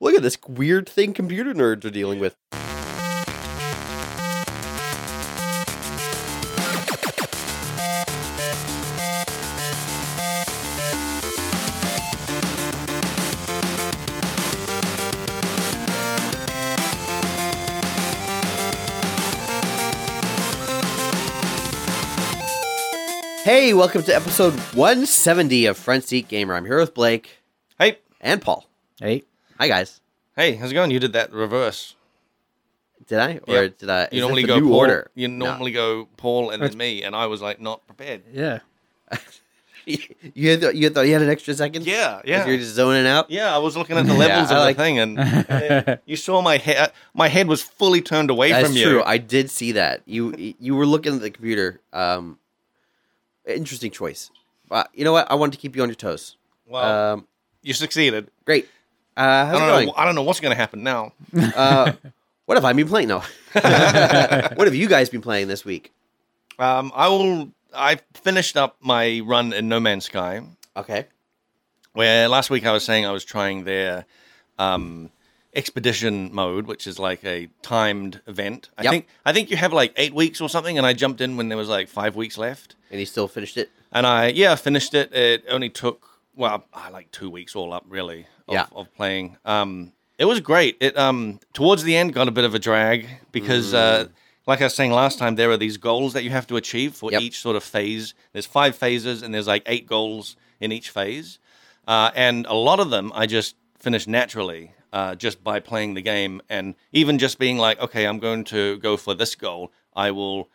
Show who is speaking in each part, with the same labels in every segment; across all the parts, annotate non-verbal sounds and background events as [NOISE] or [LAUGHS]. Speaker 1: look at this weird thing computer nerds are dealing with. Hey, welcome to episode 170 of Front Seat Gamer. I'm here with Blake
Speaker 2: Hey,
Speaker 1: and Paul.
Speaker 3: Hey,
Speaker 1: Hi, guys.
Speaker 2: hey, how's it going? You did that reverse.
Speaker 1: Did I or
Speaker 2: Yep.
Speaker 1: did I? is
Speaker 2: You
Speaker 1: this
Speaker 2: normally
Speaker 1: the
Speaker 2: go
Speaker 1: new
Speaker 2: Paul,
Speaker 1: order.
Speaker 2: You
Speaker 1: No.
Speaker 2: normally go Paul and
Speaker 3: That's-
Speaker 2: then me, and I was like not prepared.
Speaker 3: yeah.
Speaker 1: [LAUGHS] you had you thought you had an extra second.
Speaker 2: Yeah,
Speaker 1: 'Cause You're
Speaker 2: yeah,
Speaker 1: just zoning out.
Speaker 2: yeah. I was looking at the
Speaker 1: Yeah,
Speaker 2: levels
Speaker 1: I
Speaker 2: of
Speaker 1: like-
Speaker 2: the thing, and, and [LAUGHS] then you saw my head. My head was fully turned away
Speaker 1: That's
Speaker 2: from you.
Speaker 1: true. I did see that. You you were looking at the computer. Um, interesting choice. But you know what? I wanted to keep you on your toes.
Speaker 2: well,
Speaker 1: Um,
Speaker 2: you succeeded.
Speaker 1: great. Uh, how's
Speaker 2: I
Speaker 1: it
Speaker 2: don't
Speaker 1: going?
Speaker 2: know. I don't know what's Uh, going to happen now. [LAUGHS]
Speaker 1: uh, what have I been playing? No. what have you guys been playing this week?
Speaker 2: Um, I will. I finished up my run in No Man's Sky.
Speaker 1: Okay.
Speaker 2: where last week I was saying I was trying their um, expedition mode, which is like a timed event. I
Speaker 1: Yep.
Speaker 2: think I think you have like eight weeks or something, and I jumped in when there was like five weeks left,
Speaker 1: And you still finished it?
Speaker 2: and I yeah I finished it. It only took well I like two weeks all up really of,
Speaker 1: Yeah.
Speaker 2: of playing. Um, it was great. It um towards the end got a bit of a drag because.
Speaker 1: Mm.
Speaker 2: Uh, like I was saying last time, there are these goals that you have to achieve for
Speaker 1: Yep.
Speaker 2: each sort of phase. There's five phases, and there's like eight goals in each phase. Uh, and a lot of them I just finished naturally uh, just by playing the game and even just being like, okay, I'm going to go for this goal. I will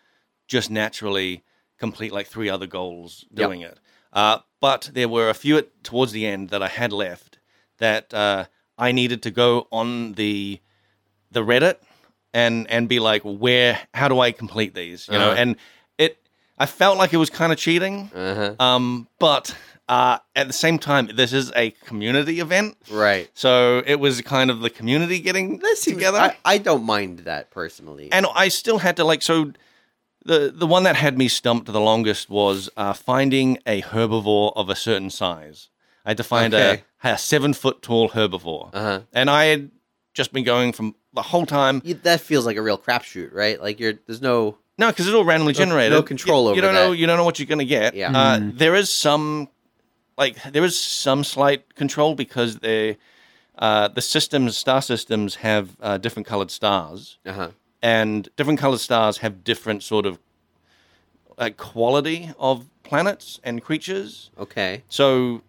Speaker 2: just naturally complete like three other goals doing it. Uh, but there were a few at, towards the end that I had left that uh, I needed to go on the the Reddit and and be like, where? How do I complete these? You know,
Speaker 1: Uh-huh.
Speaker 2: and it. I felt like it was kind of cheating.
Speaker 1: Uh huh.
Speaker 2: Um, but uh, at the same time, this is a community event,
Speaker 1: Right.
Speaker 2: so it was kind of the community getting together.
Speaker 1: I, I don't mind that personally.
Speaker 2: and I still had to like so. The the one that had me stumped the longest was uh, finding a herbivore of a certain size. I had to find
Speaker 1: Okay.
Speaker 2: a, a seven foot tall herbivore,
Speaker 1: uh huh.
Speaker 2: and I had just been going from the whole time.
Speaker 1: That feels like a real crapshoot, right? Like you're there's no
Speaker 2: No, because it's all randomly generated.
Speaker 1: no control
Speaker 2: you,
Speaker 1: over
Speaker 2: you don't know.
Speaker 1: that.
Speaker 2: You don't know what you're going to get.
Speaker 1: Yeah.
Speaker 2: Uh, there is some, like there is some slight control because they, uh, the systems, star systems have uh, different colored stars,
Speaker 1: uh huh.
Speaker 2: and different colored stars have different sort of like quality of planets and creatures.
Speaker 1: Okay.
Speaker 2: So,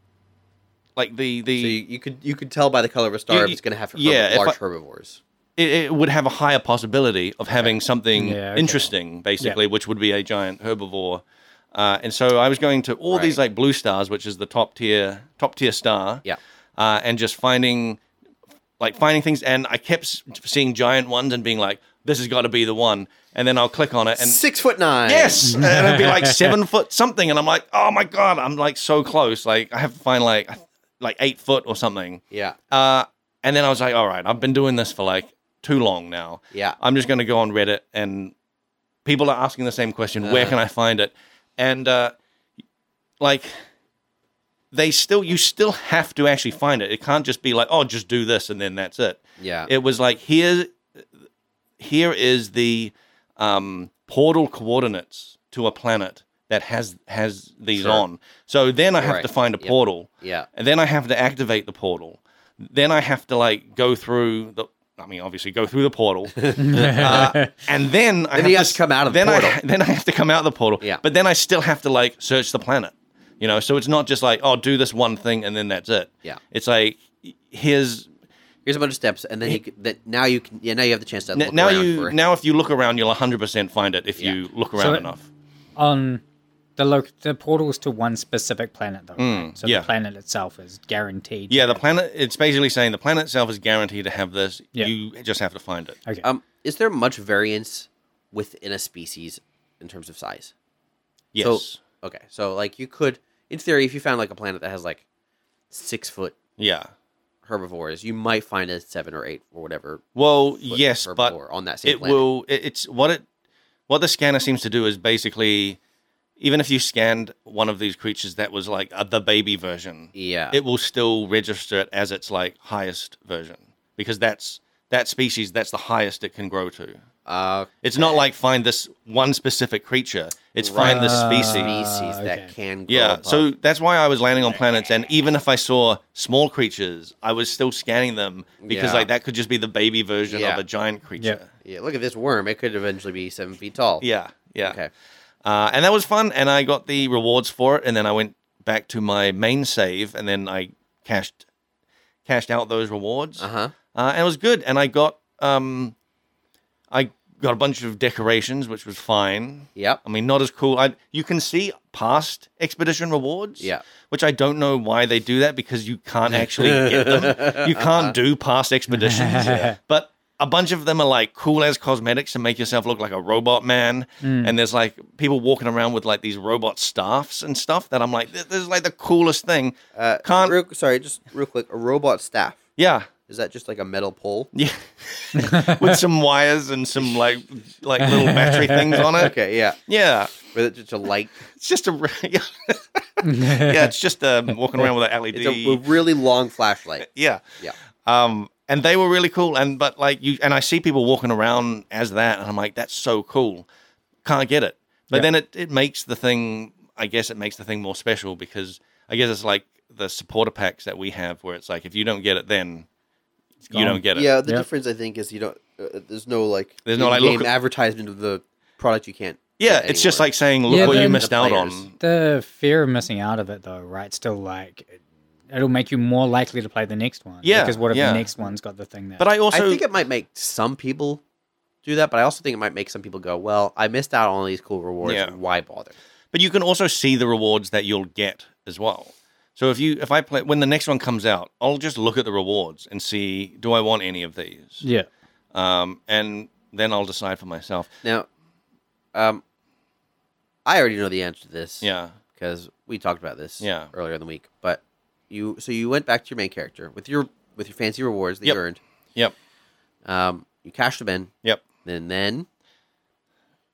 Speaker 2: like the the
Speaker 1: So you, you could you could tell by the color of a star
Speaker 2: You-
Speaker 1: if it's going to have herb-
Speaker 2: yeah, if
Speaker 1: large
Speaker 2: I-
Speaker 1: herbivores.
Speaker 2: it, it would have a higher possibility of having something
Speaker 3: Yeah, okay.
Speaker 2: interesting, basically, which would be a giant herbivore. Uh, and so I was going to all these like blue stars, which is the top tier top tier star,
Speaker 1: Yeah.
Speaker 2: uh, and just finding like finding things. And I kept s- seeing giant ones and being like, "This has got to be the one." And then I'll click on it and
Speaker 1: Six foot nine.
Speaker 2: yes, and it'd be like seven foot something, and I'm like, "Oh my god, I'm like so close!" Like I have to find like like eight foot or something.
Speaker 1: Yeah.
Speaker 2: Uh, and then I was like, all right, I've been doing this for like too long now.
Speaker 1: Yeah.
Speaker 2: I'm just going to go on Reddit and people are asking the same question where can I find it? And uh, like, they still, you still have to actually find it. It can't just be like, oh, just do this and then that's it.
Speaker 1: Yeah.
Speaker 2: It was like, here, here is the um, portal coordinates to a planet that has has these
Speaker 1: Sure.
Speaker 2: on. So then I have
Speaker 1: Right.
Speaker 2: to find a
Speaker 1: Yep.
Speaker 2: portal
Speaker 1: yeah.
Speaker 2: and then I have to activate the portal. Then I have to like go through the. I mean, obviously, go through
Speaker 1: [LAUGHS]
Speaker 2: the portal, uh, and then
Speaker 1: Then
Speaker 2: I have
Speaker 1: you
Speaker 2: to
Speaker 1: have to come out of the
Speaker 2: then I,
Speaker 1: portal.
Speaker 2: then I have to come out of the portal.
Speaker 1: Yeah.
Speaker 2: But then I still have to like search the planet, you know. So it's not just like oh, do this one thing and then that's it.
Speaker 1: Yeah.
Speaker 2: It's like here's
Speaker 1: Here's a bunch of steps, and then you can, that now you can yeah now you have the chance to
Speaker 2: n-
Speaker 1: look
Speaker 2: now
Speaker 1: around
Speaker 2: you
Speaker 1: for it.
Speaker 2: now if you look around, you'll 100 percent find it if
Speaker 1: Yeah.
Speaker 2: you look
Speaker 3: So
Speaker 2: around
Speaker 3: it-
Speaker 2: enough.
Speaker 3: [LAUGHS] On the loc- the portals to one specific planet, though. right? So
Speaker 2: Mm, yeah.
Speaker 3: the planet itself is guaranteed.
Speaker 2: Yeah, the planet. It's basically saying the planet itself is guaranteed to have this.
Speaker 3: Yeah.
Speaker 2: You just have to find it.
Speaker 3: Okay.
Speaker 1: um is there much variance within a species in terms of size?
Speaker 2: Yes.
Speaker 1: So okay, so like you could in theory if you found like a planet that has like six foot
Speaker 2: yeah.
Speaker 1: herbivores, you might find a seven or eight or whatever
Speaker 2: Well,
Speaker 1: foot
Speaker 2: yes, but
Speaker 1: herbivore on that same
Speaker 2: it
Speaker 1: planet.
Speaker 2: will it, it's what it what the scanner seems to do is basically even if you scanned one of these creatures that was like uh, the baby version
Speaker 1: yeah.
Speaker 2: it will still register it as its like highest version because that's that species that's the highest it can grow to.
Speaker 1: Uh,
Speaker 2: It's not like find this one specific creature. It's find this species.
Speaker 1: Ah. species that
Speaker 3: Uh, okay.
Speaker 1: can grow
Speaker 2: Yeah,
Speaker 1: above.
Speaker 2: so that's why I was landing on planets, and even if I saw small creatures, I was still scanning them because
Speaker 1: Yeah.
Speaker 2: like that could just be the baby version
Speaker 1: Yeah.
Speaker 2: of a giant creature.
Speaker 1: yeah, look at this worm. It could eventually be seven feet tall.
Speaker 2: Yeah, yeah.
Speaker 1: Okay.
Speaker 2: Uh, and that was fun, and I got the rewards for it, and then I went back to my main save, and then I cashed cashed out those rewards.
Speaker 1: Uh huh.
Speaker 2: Uh, and it was good, and I got um, I got a bunch of decorations, which was fine.
Speaker 1: Yep.
Speaker 2: I mean, not as cool. I you can see past expedition rewards.
Speaker 1: Yeah.
Speaker 2: Which I don't know why they do that because you can't actually get
Speaker 1: [LAUGHS]
Speaker 2: them. You can't do past expeditions. But a bunch of them are like cool as cosmetics to make yourself look like a robot man.
Speaker 1: Hmm.
Speaker 2: And there's like people walking around with like these robot staffs and stuff that I'm like, this this is like the coolest thing.
Speaker 1: Uh,
Speaker 2: Can't-
Speaker 1: real- sorry, just real quick. A robot staff.
Speaker 2: Yeah.
Speaker 1: Is that just like a metal pole?
Speaker 2: Yeah. [LAUGHS] with some wires and some like like little battery things
Speaker 1: [LAUGHS]
Speaker 2: on it.
Speaker 1: Okay. Yeah.
Speaker 2: Yeah.
Speaker 1: With it just a light.
Speaker 2: It's just a [LAUGHS]
Speaker 3: [LAUGHS]
Speaker 2: yeah, yeah it's just uh, walking around with an LED.
Speaker 1: It's a, a really long flashlight.
Speaker 2: yeah. [LAUGHS]
Speaker 1: Yeah.
Speaker 2: Um, and they were really cool. And but like you and I see people walking around as that, and I'm like, that's so cool. Can't get it. But
Speaker 3: Yeah.
Speaker 2: then it, it makes the thing. I guess it makes the thing more special because I guess it's like the supporter packs that we have, where it's like if you don't get it, then you
Speaker 3: gone.
Speaker 2: don't get it.
Speaker 1: Yeah. The
Speaker 3: Yep.
Speaker 1: difference, I think, is you don't. Uh, there's no like.
Speaker 2: There's no, like,
Speaker 1: game
Speaker 2: look-
Speaker 1: advertisement of the product you can't.
Speaker 2: Yeah,
Speaker 1: get
Speaker 2: it's just
Speaker 1: anywhere.
Speaker 2: like saying, look
Speaker 3: Yeah,
Speaker 2: what you
Speaker 3: then-
Speaker 2: missed
Speaker 1: The
Speaker 2: out
Speaker 1: players.
Speaker 2: on.
Speaker 3: The fear of missing out of it, though, right? Still like it'll make you more likely to play the next one.
Speaker 2: Yeah,
Speaker 3: because what if
Speaker 2: yeah.
Speaker 3: the next one's got the thing that?
Speaker 2: But I also
Speaker 1: I think it might make some people do that, but I also think it might make some people go, "Well, I missed out on all these cool rewards.
Speaker 2: Yeah.
Speaker 1: Why bother?"
Speaker 2: but you can also see the rewards that you'll get as well. So if you if I play when the next one comes out, I'll just look at the rewards and see do I want any of these,
Speaker 3: yeah,
Speaker 2: um, and then I'll decide for myself.
Speaker 1: Now, um, I already know the answer to this.
Speaker 2: Yeah,
Speaker 1: because we talked about this.
Speaker 2: Yeah.
Speaker 1: earlier in the week. But you, so you went back to your main character with your with your fancy rewards that
Speaker 2: Yep.
Speaker 1: you earned.
Speaker 2: yep,
Speaker 1: Um, you cashed them in,
Speaker 2: yep.
Speaker 1: and then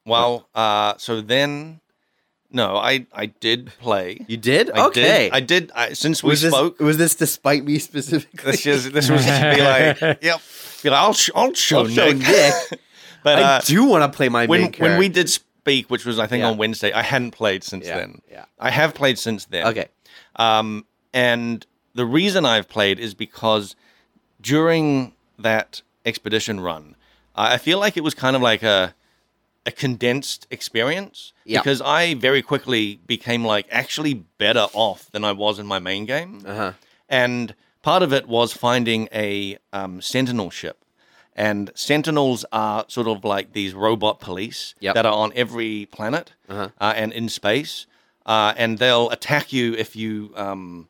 Speaker 2: Well, uh, so then, no, I I did play.
Speaker 1: you did.
Speaker 2: I
Speaker 1: okay,
Speaker 2: did, I did. I, since we
Speaker 1: was this, [LAUGHS]
Speaker 2: spoke,
Speaker 1: Was this despite me specifically? [LAUGHS]
Speaker 2: this is this was just be like, [LAUGHS] yep, be like, I'll sh- I'll show
Speaker 1: I'll show
Speaker 2: Nick. [LAUGHS]
Speaker 1: Nick.
Speaker 2: But
Speaker 1: I
Speaker 2: uh,
Speaker 1: do want to play my
Speaker 2: when
Speaker 1: main character.
Speaker 2: when we did speak, which was I think
Speaker 1: Yeah.
Speaker 2: on Wednesday, I hadn't played since
Speaker 1: Yeah,
Speaker 2: then.
Speaker 1: yeah.
Speaker 2: I have played since then.
Speaker 1: okay,
Speaker 2: Um, and the reason I've played is because during that expedition run, I I feel like it was kind of like a a condensed experience
Speaker 1: Yeah.
Speaker 2: because I very quickly became like actually better off than I was in my main game.
Speaker 1: Uh-huh.
Speaker 2: And part of it was finding a um, sentinel ship. And sentinels are sort of like these robot police
Speaker 1: Yep.
Speaker 2: that are on every planet
Speaker 3: Uh-huh.
Speaker 2: uh and in space. Uh, and they'll attack you if you um,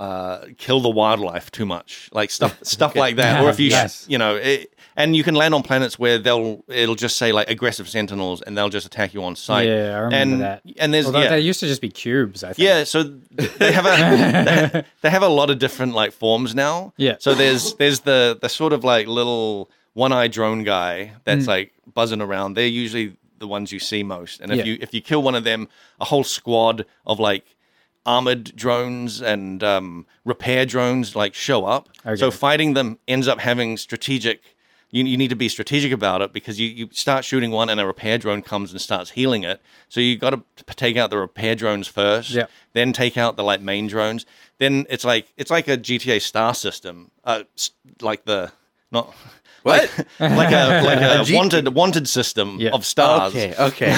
Speaker 2: uh, kill the wildlife too much, like
Speaker 3: [LAUGHS]
Speaker 2: stuff stuff like that, or if you sh-
Speaker 3: Yes.
Speaker 2: you know, it, and you can land on planets where they'll it'll just say like aggressive sentinels, and they'll just attack you on sight.
Speaker 3: Yeah, I remember
Speaker 2: and,
Speaker 3: that.
Speaker 2: And there's
Speaker 3: although
Speaker 2: yeah,
Speaker 3: they used to just be cubes. I think.
Speaker 2: yeah, so they have
Speaker 3: [LAUGHS]
Speaker 2: a they have a lot of different like forms now.
Speaker 3: Yeah.
Speaker 2: So there's there's the the sort of like little one-eyed drone guy
Speaker 3: Mm.
Speaker 2: that's like buzzing around. They're usually the ones you see most. And if
Speaker 3: Yeah.
Speaker 2: you if you kill one of them, a whole squad of like armored drones and um, repair drones like show up. So
Speaker 3: Okay.
Speaker 2: fighting them ends up having strategic you, you need to be strategic about it because you, you start shooting one and a repair drone comes and starts healing it. So you got to take out the repair drones first,
Speaker 3: Yeah.
Speaker 2: then take out the like main drones. Then it's like it's like a GTA star system, uh, s- like the not
Speaker 1: What?
Speaker 2: like, [LAUGHS] like a like
Speaker 1: [LAUGHS]
Speaker 2: a,
Speaker 1: A G-
Speaker 2: wanted wanted system
Speaker 3: Yeah.
Speaker 2: of stars.
Speaker 1: okay,
Speaker 2: [LAUGHS]
Speaker 1: okay.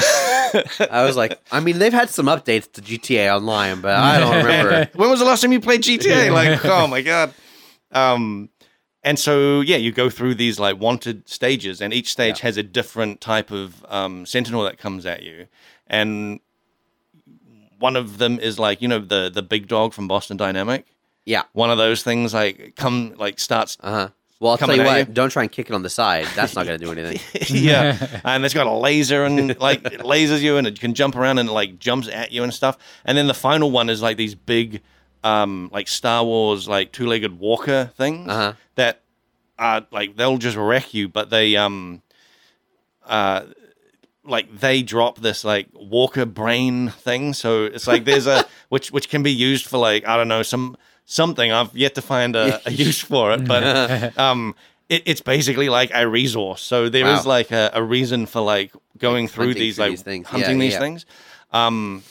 Speaker 1: I was like, I mean, they've had some updates to GTA Online, but I
Speaker 2: [LAUGHS]
Speaker 1: don't remember.
Speaker 2: When was the last time you played GTA? Like, oh my god. Um, and so yeah, you go through these like wanted stages, and each stage has a different type of um, sentinel that comes at you, and one of them is like you know the the big dog from Boston Dynamic.
Speaker 1: Yeah.
Speaker 2: One of those things like come like starts
Speaker 1: Uh huh. Well, I'll
Speaker 2: Coming
Speaker 1: tell you
Speaker 2: at
Speaker 1: what.
Speaker 2: you.
Speaker 1: Don't try and kick it on the side. That's not going
Speaker 2: [LAUGHS]
Speaker 1: to do anything.
Speaker 2: yeah, and it's got a laser and like it lasers you, and it can jump around and like jumps at you and stuff. And then the final one is like these big, um, like Star Wars like two legged walker things
Speaker 1: Uh-huh.
Speaker 2: that are like they'll just wreck you, but they um, uh, like they drop this like
Speaker 1: [LAUGHS]
Speaker 2: walker brain thing. So it's like there's a which which can be used for like I don't know some something. I've yet to find a,
Speaker 1: [LAUGHS]
Speaker 2: a use for it, but um, it, it's basically like a resource. So there is
Speaker 1: Wow.
Speaker 2: like a, a reason for like going through
Speaker 1: hunting
Speaker 2: these
Speaker 1: through
Speaker 2: like
Speaker 1: these things. Yeah,
Speaker 2: hunting these
Speaker 1: yeah.
Speaker 2: things. Um,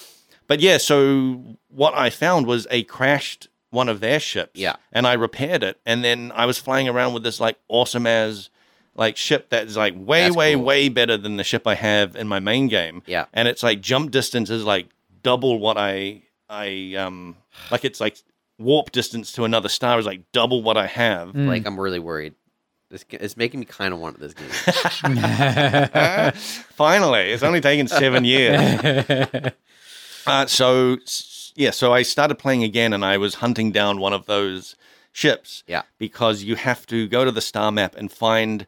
Speaker 2: but yeah, so what I found was a crashed one of their ships.
Speaker 1: Yeah.
Speaker 2: And I repaired it. And then I was flying around with this like awesome as like ship that's like way,
Speaker 1: That's
Speaker 2: way,
Speaker 1: cool.
Speaker 2: way better than the ship I have in my main game.
Speaker 1: Yeah.
Speaker 2: And it's like jump distance is like double what I I um like it's like warp distance to another star is like double what I have.
Speaker 3: Mm. Hmm.
Speaker 1: Like I'm really worried. This g- it's making me kind of want this
Speaker 2: [LAUGHS]
Speaker 1: game.
Speaker 2: [LAUGHS] Finally, it's only taken seven years. Uh, so s- yeah, so I started playing again, and I was hunting down one of those ships.
Speaker 1: Yeah.
Speaker 2: because you have to go to the star map and find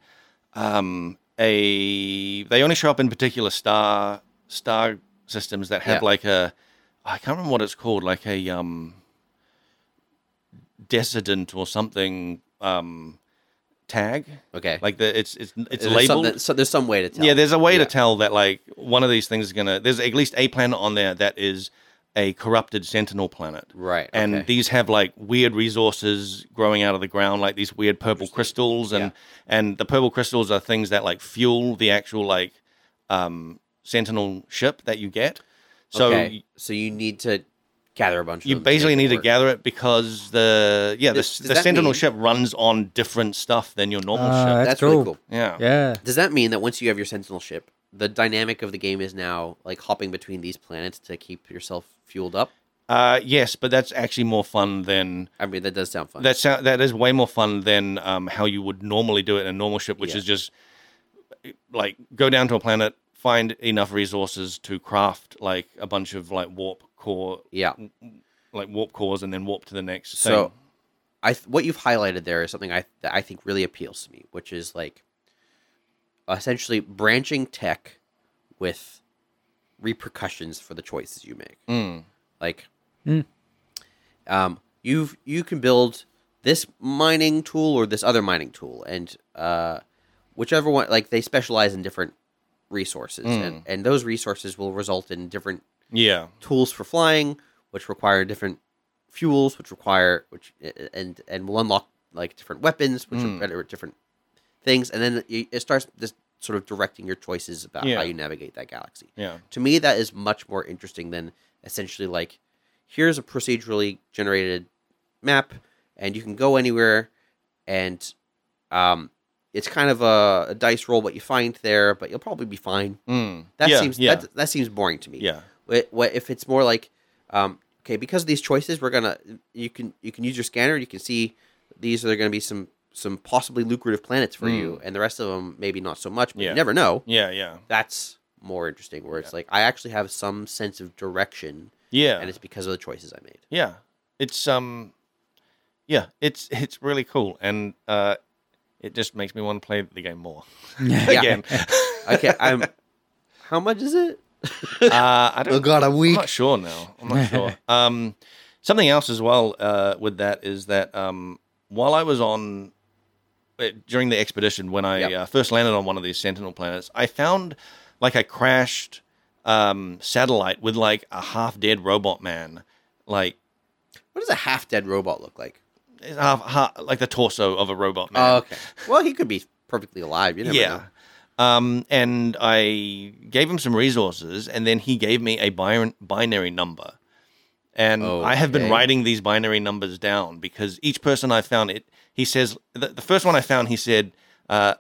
Speaker 2: um, a. They only show up in particular star star systems that have
Speaker 1: Yeah.
Speaker 2: like a. I can't remember what it's called, like a um, decedent or something um, tag.
Speaker 1: Okay.
Speaker 2: Like the it's it's it's
Speaker 1: there's some
Speaker 2: labeled.
Speaker 1: that- so there's some way to tell.
Speaker 2: Yeah, there's a way
Speaker 1: Yeah.
Speaker 2: to tell that like one of these things is gonna. There's at least a planet on there that is a corrupted sentinel planet,
Speaker 1: Right,
Speaker 2: And
Speaker 1: okay.
Speaker 2: these have like weird resources growing out of the ground, like these weird purple crystals, and and the purple crystals are things that like fuel the actual like um, sentinel ship that you get. So
Speaker 1: okay. so you need to gather a bunch.
Speaker 2: you
Speaker 1: of them
Speaker 2: basically
Speaker 1: make it
Speaker 2: need to
Speaker 1: work.
Speaker 2: gather it because the yeah the,
Speaker 1: Does- does
Speaker 2: the
Speaker 1: that
Speaker 2: sentinel
Speaker 1: mean-
Speaker 2: ship runs on different stuff than your normal
Speaker 3: Uh,
Speaker 2: ship.
Speaker 1: That's,
Speaker 3: That's
Speaker 1: really
Speaker 3: cool.
Speaker 1: cool.
Speaker 2: Yeah.
Speaker 3: [LAUGHS] yeah.
Speaker 1: Does that mean that once you have your sentinel ship, the dynamic of the game is now like hopping between these planets to keep yourself fueled up?
Speaker 2: Uh, yes, but that's actually more fun than
Speaker 1: I mean, that does sound fun.
Speaker 2: That sound, that is way more fun than um, how you would normally do it in a normal ship, which
Speaker 1: Yeah.
Speaker 2: is just like go down to a planet, find enough resources to craft like a bunch of like warp core,
Speaker 1: yeah.
Speaker 2: like warp cores, and then warp to the next.
Speaker 1: So,
Speaker 2: thing.
Speaker 1: I th- what you've highlighted there is something I that I think really appeals to me, which is like essentially branching tech with repercussions for the choices you make.
Speaker 2: Mm.
Speaker 1: Like, um, you you can build this mining tool or this other mining tool, and uh, whichever one, like they specialize in different resources, and, and those resources will result in different
Speaker 2: yeah,
Speaker 1: tools for flying, which require different fuels, which require which and and will unlock like different weapons, which
Speaker 2: Hmm.
Speaker 1: are better at different things, and then it it starts this sort of directing your choices about
Speaker 2: Yeah.
Speaker 1: how you navigate that galaxy.
Speaker 2: yeah,
Speaker 1: To me, that is much more interesting than essentially like here's a procedurally generated map, and you can go anywhere, and um, it's kind of a, a dice roll what you find there, but you'll probably be fine.
Speaker 2: mm.
Speaker 1: That
Speaker 2: yeah,
Speaker 1: seems
Speaker 2: yeah,
Speaker 1: that that seems boring to me.
Speaker 2: yeah,
Speaker 1: Wh- wh- if it's more like, um, okay, because of these choices, we're gonna you can you can use your scanner. You can see these are going to be some some possibly lucrative planets for you, and the rest of them maybe not so much. But
Speaker 2: Mm. Yeah.
Speaker 1: you never know.
Speaker 2: yeah, yeah,
Speaker 1: That's more interesting. Where it's like I actually have some sense of direction,
Speaker 2: yeah.
Speaker 1: and it's because of the choices I
Speaker 2: [LAUGHS]
Speaker 1: made.
Speaker 2: Yeah, it's um, yeah, it's it's really cool, and uh, it just makes me want to play the game more again.
Speaker 1: [LAUGHS] Okay,
Speaker 2: [LAUGHS]
Speaker 1: I'm. How much is it?
Speaker 2: Uh, I don't.
Speaker 1: God, I'm weak.
Speaker 2: I'm not sure now. I'm not sure. Um, something else as well uh, with that is that um, while I was on uh, during the expedition when I
Speaker 1: Yep.
Speaker 2: uh, first landed on one of these Sentinel planets, I found like a crashed um, satellite with like a half dead robot man, like
Speaker 1: What does a half dead robot look like?
Speaker 2: it's half, half like the torso of a robot man.
Speaker 1: Oh, okay. Well, he could be perfectly alive. You never know.
Speaker 2: yeah. Um, and I gave him some resources, and then he gave me a bin- binary number. And I have been
Speaker 1: Okay.
Speaker 2: writing these binary numbers down because each person I found it, he says, the, the first one I found, he said uh,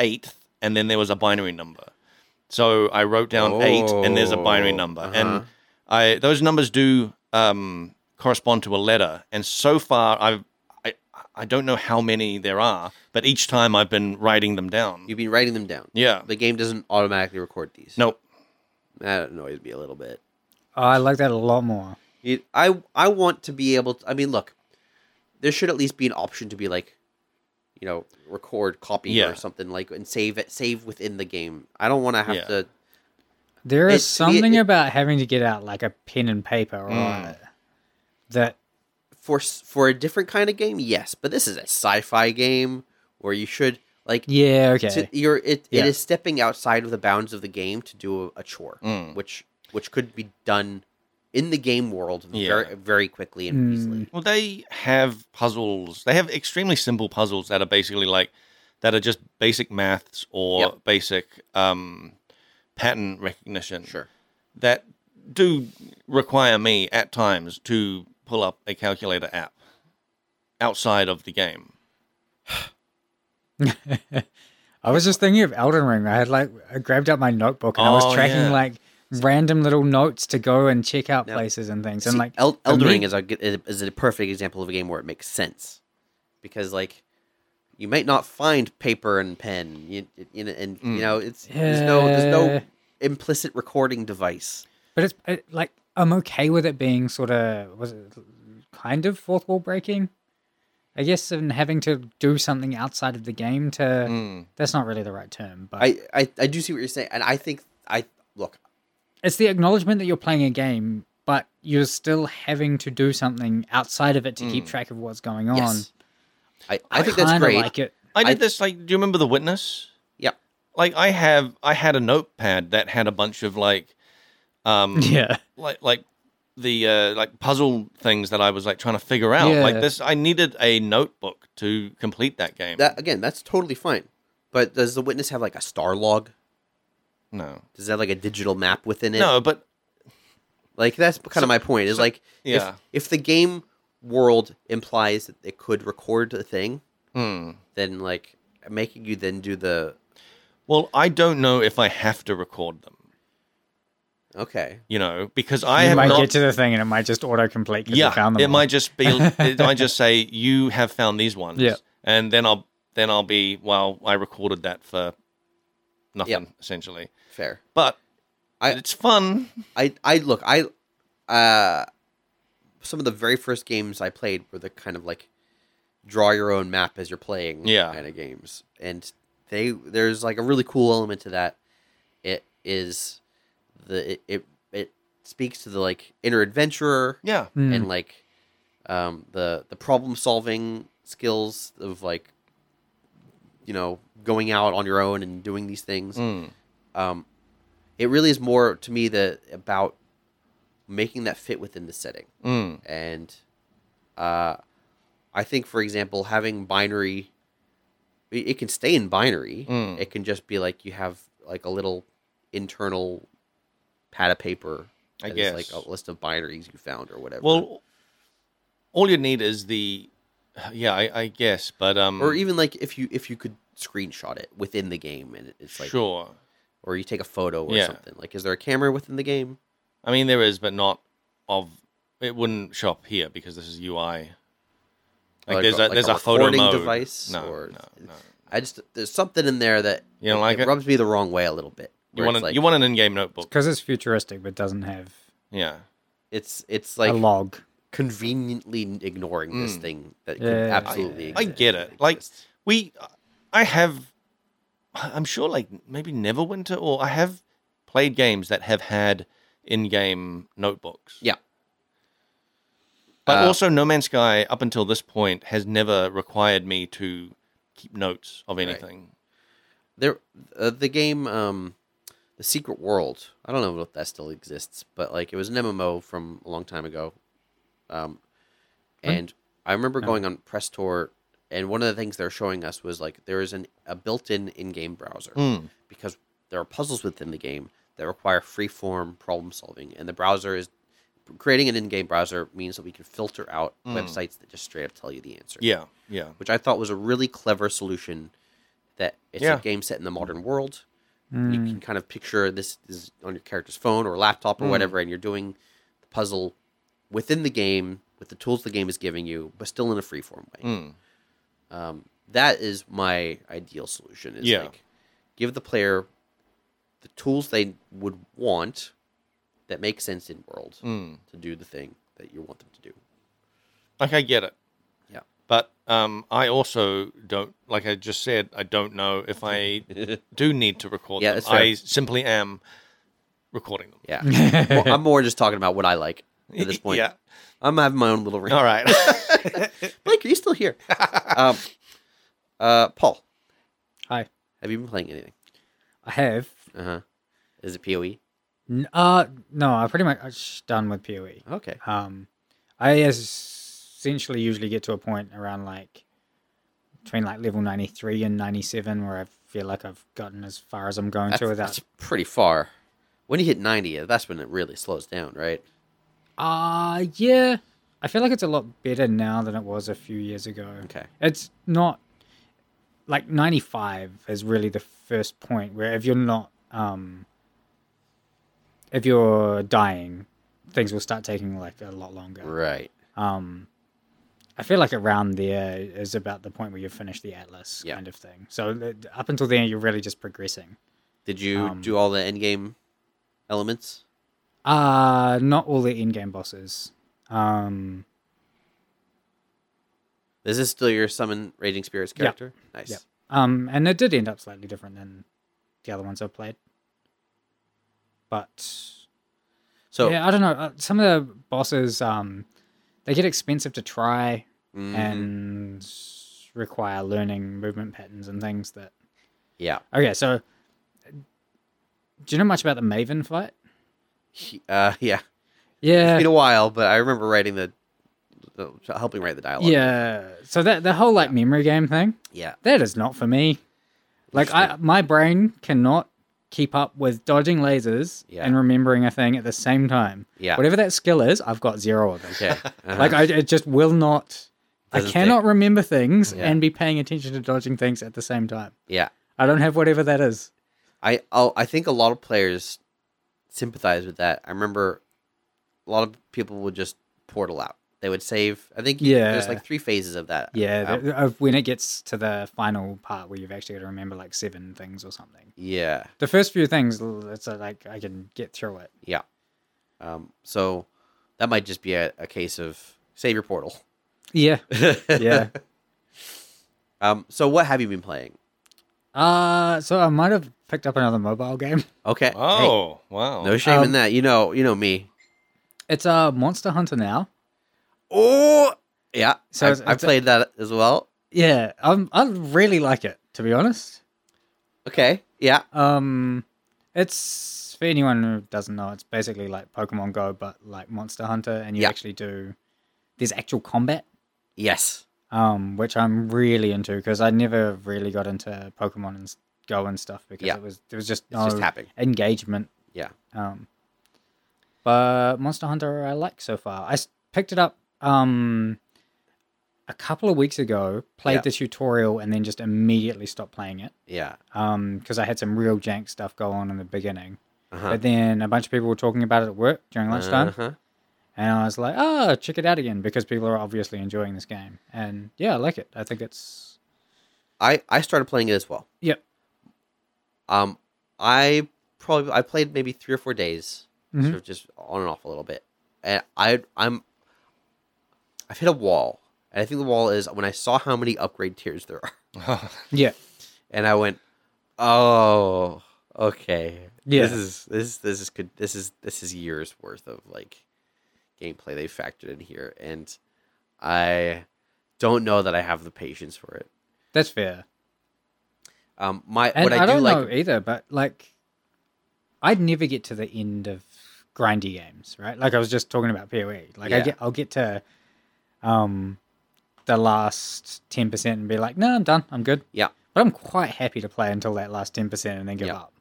Speaker 2: eighth, and then there was a binary number. So I wrote down eight, and there's a binary
Speaker 1: Oh,
Speaker 2: number,
Speaker 1: uh-huh.
Speaker 2: and I those numbers do um, correspond to a letter. And so far, I've I, I don't know how many there are, but each time I've been writing them down.
Speaker 1: You've been writing them down.
Speaker 2: Yeah.
Speaker 1: The game doesn't automatically record these.
Speaker 2: Nope.
Speaker 1: that annoys me a little bit.
Speaker 3: Oh, I like that a lot more.
Speaker 1: It, I I want to be able to. I mean, look, there should at least be an option to be like, you know, record, copy,
Speaker 2: Yeah.
Speaker 1: or something like, and save it, save within the game. I don't want to have
Speaker 2: Yeah.
Speaker 1: to.
Speaker 3: There
Speaker 1: It-
Speaker 3: is
Speaker 1: it-
Speaker 3: something
Speaker 1: it-
Speaker 3: about having to get out like a pen and paper or
Speaker 2: Mm.
Speaker 3: that.
Speaker 1: for s- for a different kind of game, yes, but this is a sci-fi game where you should like
Speaker 3: Yeah. Okay.
Speaker 1: to- you're it
Speaker 3: Yeah.
Speaker 1: it is stepping outside of the bounds of the game to do a, a chore,
Speaker 2: Mm.
Speaker 1: which which could be done in the game world
Speaker 2: Yeah.
Speaker 1: very, very quickly and
Speaker 3: Mm.
Speaker 1: easily.
Speaker 2: Well, they have puzzles. They have extremely simple puzzles that are basically like that are just basic maths or
Speaker 1: Yep.
Speaker 2: basic um, pattern recognition.
Speaker 1: Sure.
Speaker 2: That do require me at times to pull up a calculator app outside of the game.
Speaker 3: I was just thinking of Elden Ring. I had like I grabbed up my notebook and I
Speaker 2: Oh,
Speaker 3: was tracking
Speaker 2: yeah.
Speaker 3: like random little notes to go and check out
Speaker 1: Now-
Speaker 3: places and things.
Speaker 1: See,
Speaker 3: and like
Speaker 1: El-
Speaker 3: for
Speaker 1: Elden
Speaker 3: me-
Speaker 1: Ring is a good- is is a perfect example of a game where it makes sense because like you might not find paper and pen, you, you know, and you know it's there's no there's
Speaker 3: Mm. Yeah.
Speaker 1: no implicit recording device.
Speaker 3: But it's it, like I'm okay with it being sort of was it kind of fourth wall breaking, I guess, and having to do something outside of the game to. That's not really the right term, but
Speaker 1: Mm. I, I I do see what you're saying, and I think I look
Speaker 3: it's the acknowledgement that you're playing a game, but you're still having to do something outside of it to keep track of what's going on.
Speaker 1: Mm. yes, I, I, think
Speaker 3: Kinda
Speaker 1: that's great.
Speaker 3: Like it. [LAUGHS]
Speaker 2: I did
Speaker 1: I-
Speaker 2: this like do you remember the witness?
Speaker 1: Yep.
Speaker 2: Like I have I had a notepad that had a bunch of like um
Speaker 3: [LAUGHS] Yeah.
Speaker 2: like like the uh like puzzle things that I was like trying to figure out.
Speaker 3: Yeah.
Speaker 2: Like this I needed a notebook to complete that game.
Speaker 1: That again, that's totally fine. But does the witness have like a star log?
Speaker 2: no.
Speaker 1: Does it have like a digital map within it?
Speaker 2: No, but
Speaker 1: Like that's kind of my point. Is like
Speaker 2: yeah.
Speaker 1: if if the game world implies that it could record a thing,
Speaker 2: hmm.
Speaker 1: then like making you then do the
Speaker 2: Well, I don't know if I have to record them,
Speaker 1: okay.
Speaker 2: you know, because I
Speaker 3: you
Speaker 2: have
Speaker 3: might
Speaker 2: not
Speaker 3: get to the thing and it might just autocomplete because
Speaker 2: yeah,
Speaker 3: you found them.
Speaker 2: it
Speaker 3: all.
Speaker 2: might just
Speaker 3: [LAUGHS]
Speaker 2: be. it might just say you have found these ones.
Speaker 3: Yeah.
Speaker 2: and then I'll then I'll be well. I recorded that for nothing
Speaker 1: Yeah.
Speaker 2: essentially,
Speaker 1: Fair.
Speaker 2: but
Speaker 1: I-
Speaker 2: it's fun.
Speaker 1: I I look I uh some of the very first games I played were the kind of like draw your own map as you're playing
Speaker 2: Yeah.
Speaker 1: kind of games. And they there's like a really cool element to that. It is the it it, it speaks to the like inner adventurer
Speaker 3: [LAUGHS]
Speaker 2: Yeah,
Speaker 3: Mm.
Speaker 1: and like um, the the problem solving skills of like you know going out on your own and doing these things.
Speaker 2: Mm.
Speaker 1: Um, it really is more to me the about making that fit within the setting,
Speaker 2: Mm.
Speaker 1: and uh, I think for example having binary, it it can stay in binary.
Speaker 2: Mm.
Speaker 1: It can just be like you have like a little internal pad of paper.
Speaker 2: I
Speaker 1: that is,
Speaker 2: guess.
Speaker 1: like a list of binaries you found or whatever.
Speaker 2: well, all you need is the. Yeah, I, I guess, but um,
Speaker 1: or even like if you if you could screenshot it within the game and it- it's like
Speaker 2: sure.
Speaker 1: or you take a photo or
Speaker 2: Yeah.
Speaker 1: something like is there a camera within the game
Speaker 2: I mean, there is, but not of. It wouldn't show up here because this is UI. Like,
Speaker 1: Like
Speaker 2: there's
Speaker 1: a-
Speaker 2: a,
Speaker 1: like a
Speaker 2: there's a, photo
Speaker 1: recording
Speaker 2: mode.
Speaker 1: device
Speaker 2: No,
Speaker 1: or-
Speaker 2: no, no.
Speaker 1: i just there's something in there that
Speaker 2: You don't like it?
Speaker 1: rubs me the wrong way a little bit
Speaker 2: You
Speaker 1: where
Speaker 2: want
Speaker 1: it's
Speaker 2: an,
Speaker 1: like,
Speaker 2: you want an in-game notebook.
Speaker 3: because it's futuristic but doesn't have
Speaker 2: Yeah.
Speaker 1: it's it's like
Speaker 3: a log.
Speaker 1: conveniently ignoring this thing that could
Speaker 3: Yeah.
Speaker 1: absolutely
Speaker 2: Mm. I
Speaker 1: exist-
Speaker 2: get it. Like
Speaker 1: exist.
Speaker 2: we, I have, I'm sure like maybe Neverwinter or I have played games that have had in-game notebooks.
Speaker 1: yeah
Speaker 2: But
Speaker 1: Uh,
Speaker 2: also, No Man's Sky up until this point has never required me to keep notes of anything.
Speaker 1: there uh, the game um the secret world i don't know if that still exists but like it was an mmo from a long time ago um and i remember going on press tour and one of the things they're showing us was like there is an a built-in in-game browser
Speaker 2: Hmm.
Speaker 1: because there are puzzles within the game that require free-form problem solving and the browser is creating an in-game browser means that we can filter out websites that just straight up tell you the answer
Speaker 2: Yeah. Yeah.
Speaker 1: which I thought was a really clever solution. That it's
Speaker 2: Yeah. Mm.
Speaker 1: a game set in the modern world. You
Speaker 3: Hmm. [LAUGHS]
Speaker 1: can kind of picture this is on your character's phone or laptop or
Speaker 2: Mm.
Speaker 1: whatever, and you're doing the puzzle within the game with the tools the game is giving you, but still in a freeform way.
Speaker 2: Hmm.
Speaker 1: Um, that is my ideal solution. Is
Speaker 2: Yeah.
Speaker 1: like give the player the tools they would want that make sense in world
Speaker 2: Hmm.
Speaker 1: to do the thing that you want them to do.
Speaker 2: Like I get it.
Speaker 1: Yeah.
Speaker 2: But um, I also don't like I just said I don't know if
Speaker 1: [LAUGHS]
Speaker 2: I do need to record
Speaker 1: Yeah,
Speaker 2: them.
Speaker 1: that's fair.
Speaker 2: I simply am recording them.
Speaker 1: Yeah,
Speaker 2: [LAUGHS]
Speaker 1: Well, I'm more just talking about what I like at this point.
Speaker 2: yeah.
Speaker 1: I'm having my own little rant.
Speaker 2: All
Speaker 1: [LAUGHS]
Speaker 2: right.
Speaker 1: Blake, are you still here? um, uh, Paul,
Speaker 3: Hi,
Speaker 1: have you been playing anything?
Speaker 3: I have
Speaker 1: Uh huh. Uh-huh. Is it Poe?
Speaker 3: N- uh, no, I pretty much I'm sh- done with PoE.
Speaker 1: Okay.
Speaker 3: Um, I essentially usually get to a point around like between like level ninety three and ninety seven where I feel like I've gotten as far as I'm going
Speaker 1: That's,
Speaker 3: to without.
Speaker 1: that's pretty far. When you hit 90, uh, that's when it really slows down, right?
Speaker 3: Uh yeah. I feel like it's a lot better now than it was a few years ago.
Speaker 1: Okay.
Speaker 3: It's not like 95 is really the first point where if you're not um if you're dying, things will start taking like a lot longer.
Speaker 1: Right.
Speaker 3: Um I feel like around there is about the point where you've finished the atlas
Speaker 1: Yeah.
Speaker 3: kind of thing. So th- up until then you're really just progressing.
Speaker 1: Did you
Speaker 3: Um,
Speaker 1: do all the end game elements?
Speaker 3: Uh not all the end game bosses. Um
Speaker 1: Is this still your summon Raging Spirits
Speaker 3: Yeah.
Speaker 1: character? Nice.
Speaker 3: Yep. Um, and it did end up slightly different than the other ones I've played. But
Speaker 1: So,
Speaker 3: yeah, I don't know. uh, Some of the bosses, um, they get expensive to try
Speaker 1: mhm,
Speaker 3: and require learning movement patterns and things that.
Speaker 1: yeah.
Speaker 3: Okay, so uh, do you know much about the Maven fight?
Speaker 1: He- Uh, [LAUGHS] yeah.
Speaker 3: Yeah,
Speaker 1: It's been a while, but I remember writing the, the helping write the dialogue.
Speaker 3: yeah. So that the whole like memory game thing.
Speaker 1: Yeah.
Speaker 3: that is not for me. Like I, my brain cannot keep up with dodging lasers
Speaker 1: Yeah.
Speaker 3: and remembering a thing at the same time.
Speaker 1: Yeah.
Speaker 3: Whatever that skill is, I've got zero of it.
Speaker 1: Okay. [LAUGHS] Uh-huh.
Speaker 3: Like I, it just will not. I
Speaker 1: Doesn't
Speaker 3: cannot remember things
Speaker 1: Yeah.
Speaker 3: and be paying attention to dodging things at the same time.
Speaker 1: yeah.
Speaker 3: I don't have whatever that is.
Speaker 1: I I'll, I think a lot of players sympathize with that. I remember a lot of people would just portal out. They would save. I think you- there's
Speaker 3: Yeah.
Speaker 1: like three phases of that.
Speaker 3: Yeah,
Speaker 1: Um,
Speaker 3: th- uh, of when it gets to the final part where you've actually got to remember like seven things or something.
Speaker 1: yeah,
Speaker 3: The first few things, l- it's uh, like I can get through it.
Speaker 1: yeah. Um, so that might just be a, a case of save your portal.
Speaker 3: Yeah, yeah.
Speaker 1: [LAUGHS] Um, so what have you been playing?
Speaker 3: uh, so I might have picked up another mobile game.
Speaker 1: Okay. Hey,
Speaker 2: Oh, wow.
Speaker 1: no shame in
Speaker 3: Um,
Speaker 1: that. You know, you know me.
Speaker 3: It's a uh, Monster Hunter now.
Speaker 1: Oh, yeah. So
Speaker 3: So
Speaker 1: I,
Speaker 3: it's-
Speaker 1: I
Speaker 3: it's a-
Speaker 1: played that as well.
Speaker 3: Yeah, um, I really like it to be honest.
Speaker 1: Okay. Yeah.
Speaker 3: Um, it's for anyone who doesn't know, it's basically like Pokemon Go but like Monster Hunter, and you
Speaker 1: Yeah.
Speaker 3: actually do there's actual combat,
Speaker 1: Yes.
Speaker 3: um, which I'm really into because I never really got into Pokemon and s- Go and stuff because
Speaker 1: Yeah.
Speaker 3: it was there was just
Speaker 1: It's just
Speaker 3: no
Speaker 1: happening.
Speaker 3: engagement.
Speaker 1: Yeah.
Speaker 3: Um, but Monster Hunter I like so far. I s- picked it up um a couple of weeks ago, played
Speaker 1: Yeah.
Speaker 3: the tutorial, and then just immediately stopped playing it
Speaker 1: Yeah.
Speaker 3: um because I had some real jank stuff go on in the beginning.
Speaker 1: Uh-huh.
Speaker 3: But then a bunch of people were talking about it at work during lunchtime,
Speaker 1: Uh-huh.
Speaker 3: and I was like, "Oh, check it out again," because people are obviously enjoying this game. And yeah, I like it. I think it's
Speaker 1: I I started playing it as well.
Speaker 3: Yep.
Speaker 1: Um, I probably I played maybe three or four days,
Speaker 3: Mhm.
Speaker 1: sort of just on and off a little bit, and I I'm I've hit a wall, and I think the wall is when I saw how many upgrade tiers there are, [LAUGHS]
Speaker 2: [LAUGHS]
Speaker 3: yeah,
Speaker 1: and I went, oh, okay,
Speaker 3: Yeah.
Speaker 1: this is this this is good, this is this is years worth of like gameplay they factored in here, and I don't know that I have the patience for it.
Speaker 3: that's fair.
Speaker 1: Um, my
Speaker 3: And
Speaker 1: what
Speaker 3: I,
Speaker 1: I, do
Speaker 3: don't
Speaker 1: like
Speaker 3: know either, but like, I'd never get to the end of grindy games, right? Like I was just talking about PoE. Like I
Speaker 1: Yeah.
Speaker 3: get, I'll get to, um, the last ten percent and be like, "No, I'm done. I'm good."
Speaker 1: Yeah.
Speaker 3: but I'm quite happy to play until that last ten percent and then give
Speaker 1: Yeah.
Speaker 3: up.